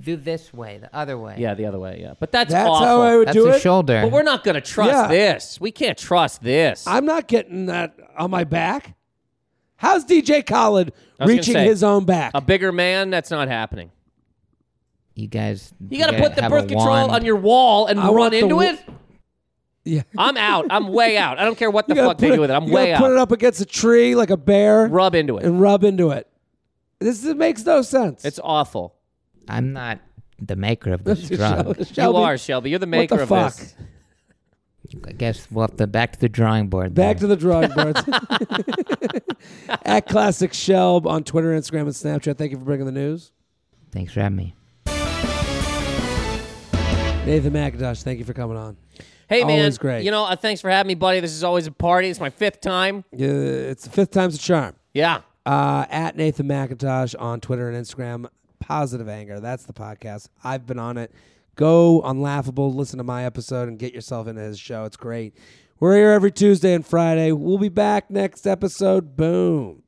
do this way, the other way. yeah, the other way. Yeah, but that's, That's awful. how I would That's do a it. shoulder. but we're not gonna trust Yeah. this. We can't trust this. I'm not getting that on my back. How's DJ Khaled was gonna reaching say, his own back? a bigger man, that's not happening. you guys. You gotta gotta put the have birth a control wand. on your wall and I want run the into wa- it. yeah. I'm out. I'm way out. I don't care what the You gotta fuck they put do with it. I'm you gotta way Put it out. up against a tree like a bear Rub into it. and rub into it. This is- makes no sense. It's awful. I'm not the maker of this drug. Shelby, you are Shelby. You're the what maker the of fuck? this. I guess we'll have to back to the drawing board. Back to then. the drawing boards. At Classic Shelb on Twitter, Instagram, and Snapchat. Thank you for bringing the news. Thanks for having me. Nathan McIntosh, thank you for coming on. Hey man, Always great. You know, uh, thanks for having me, buddy. This is always a party. It's my fifth time. Yeah, It's the fifth time's a charm. Yeah, Uh, at Nathan McIntosh on Twitter and Instagram. Positive Anger. That's the podcast. I've been on it. Go on Laughable, listen to my episode, and get yourself into his show. It's great. We're here every Tuesday and Friday. We'll be back next episode. Boom.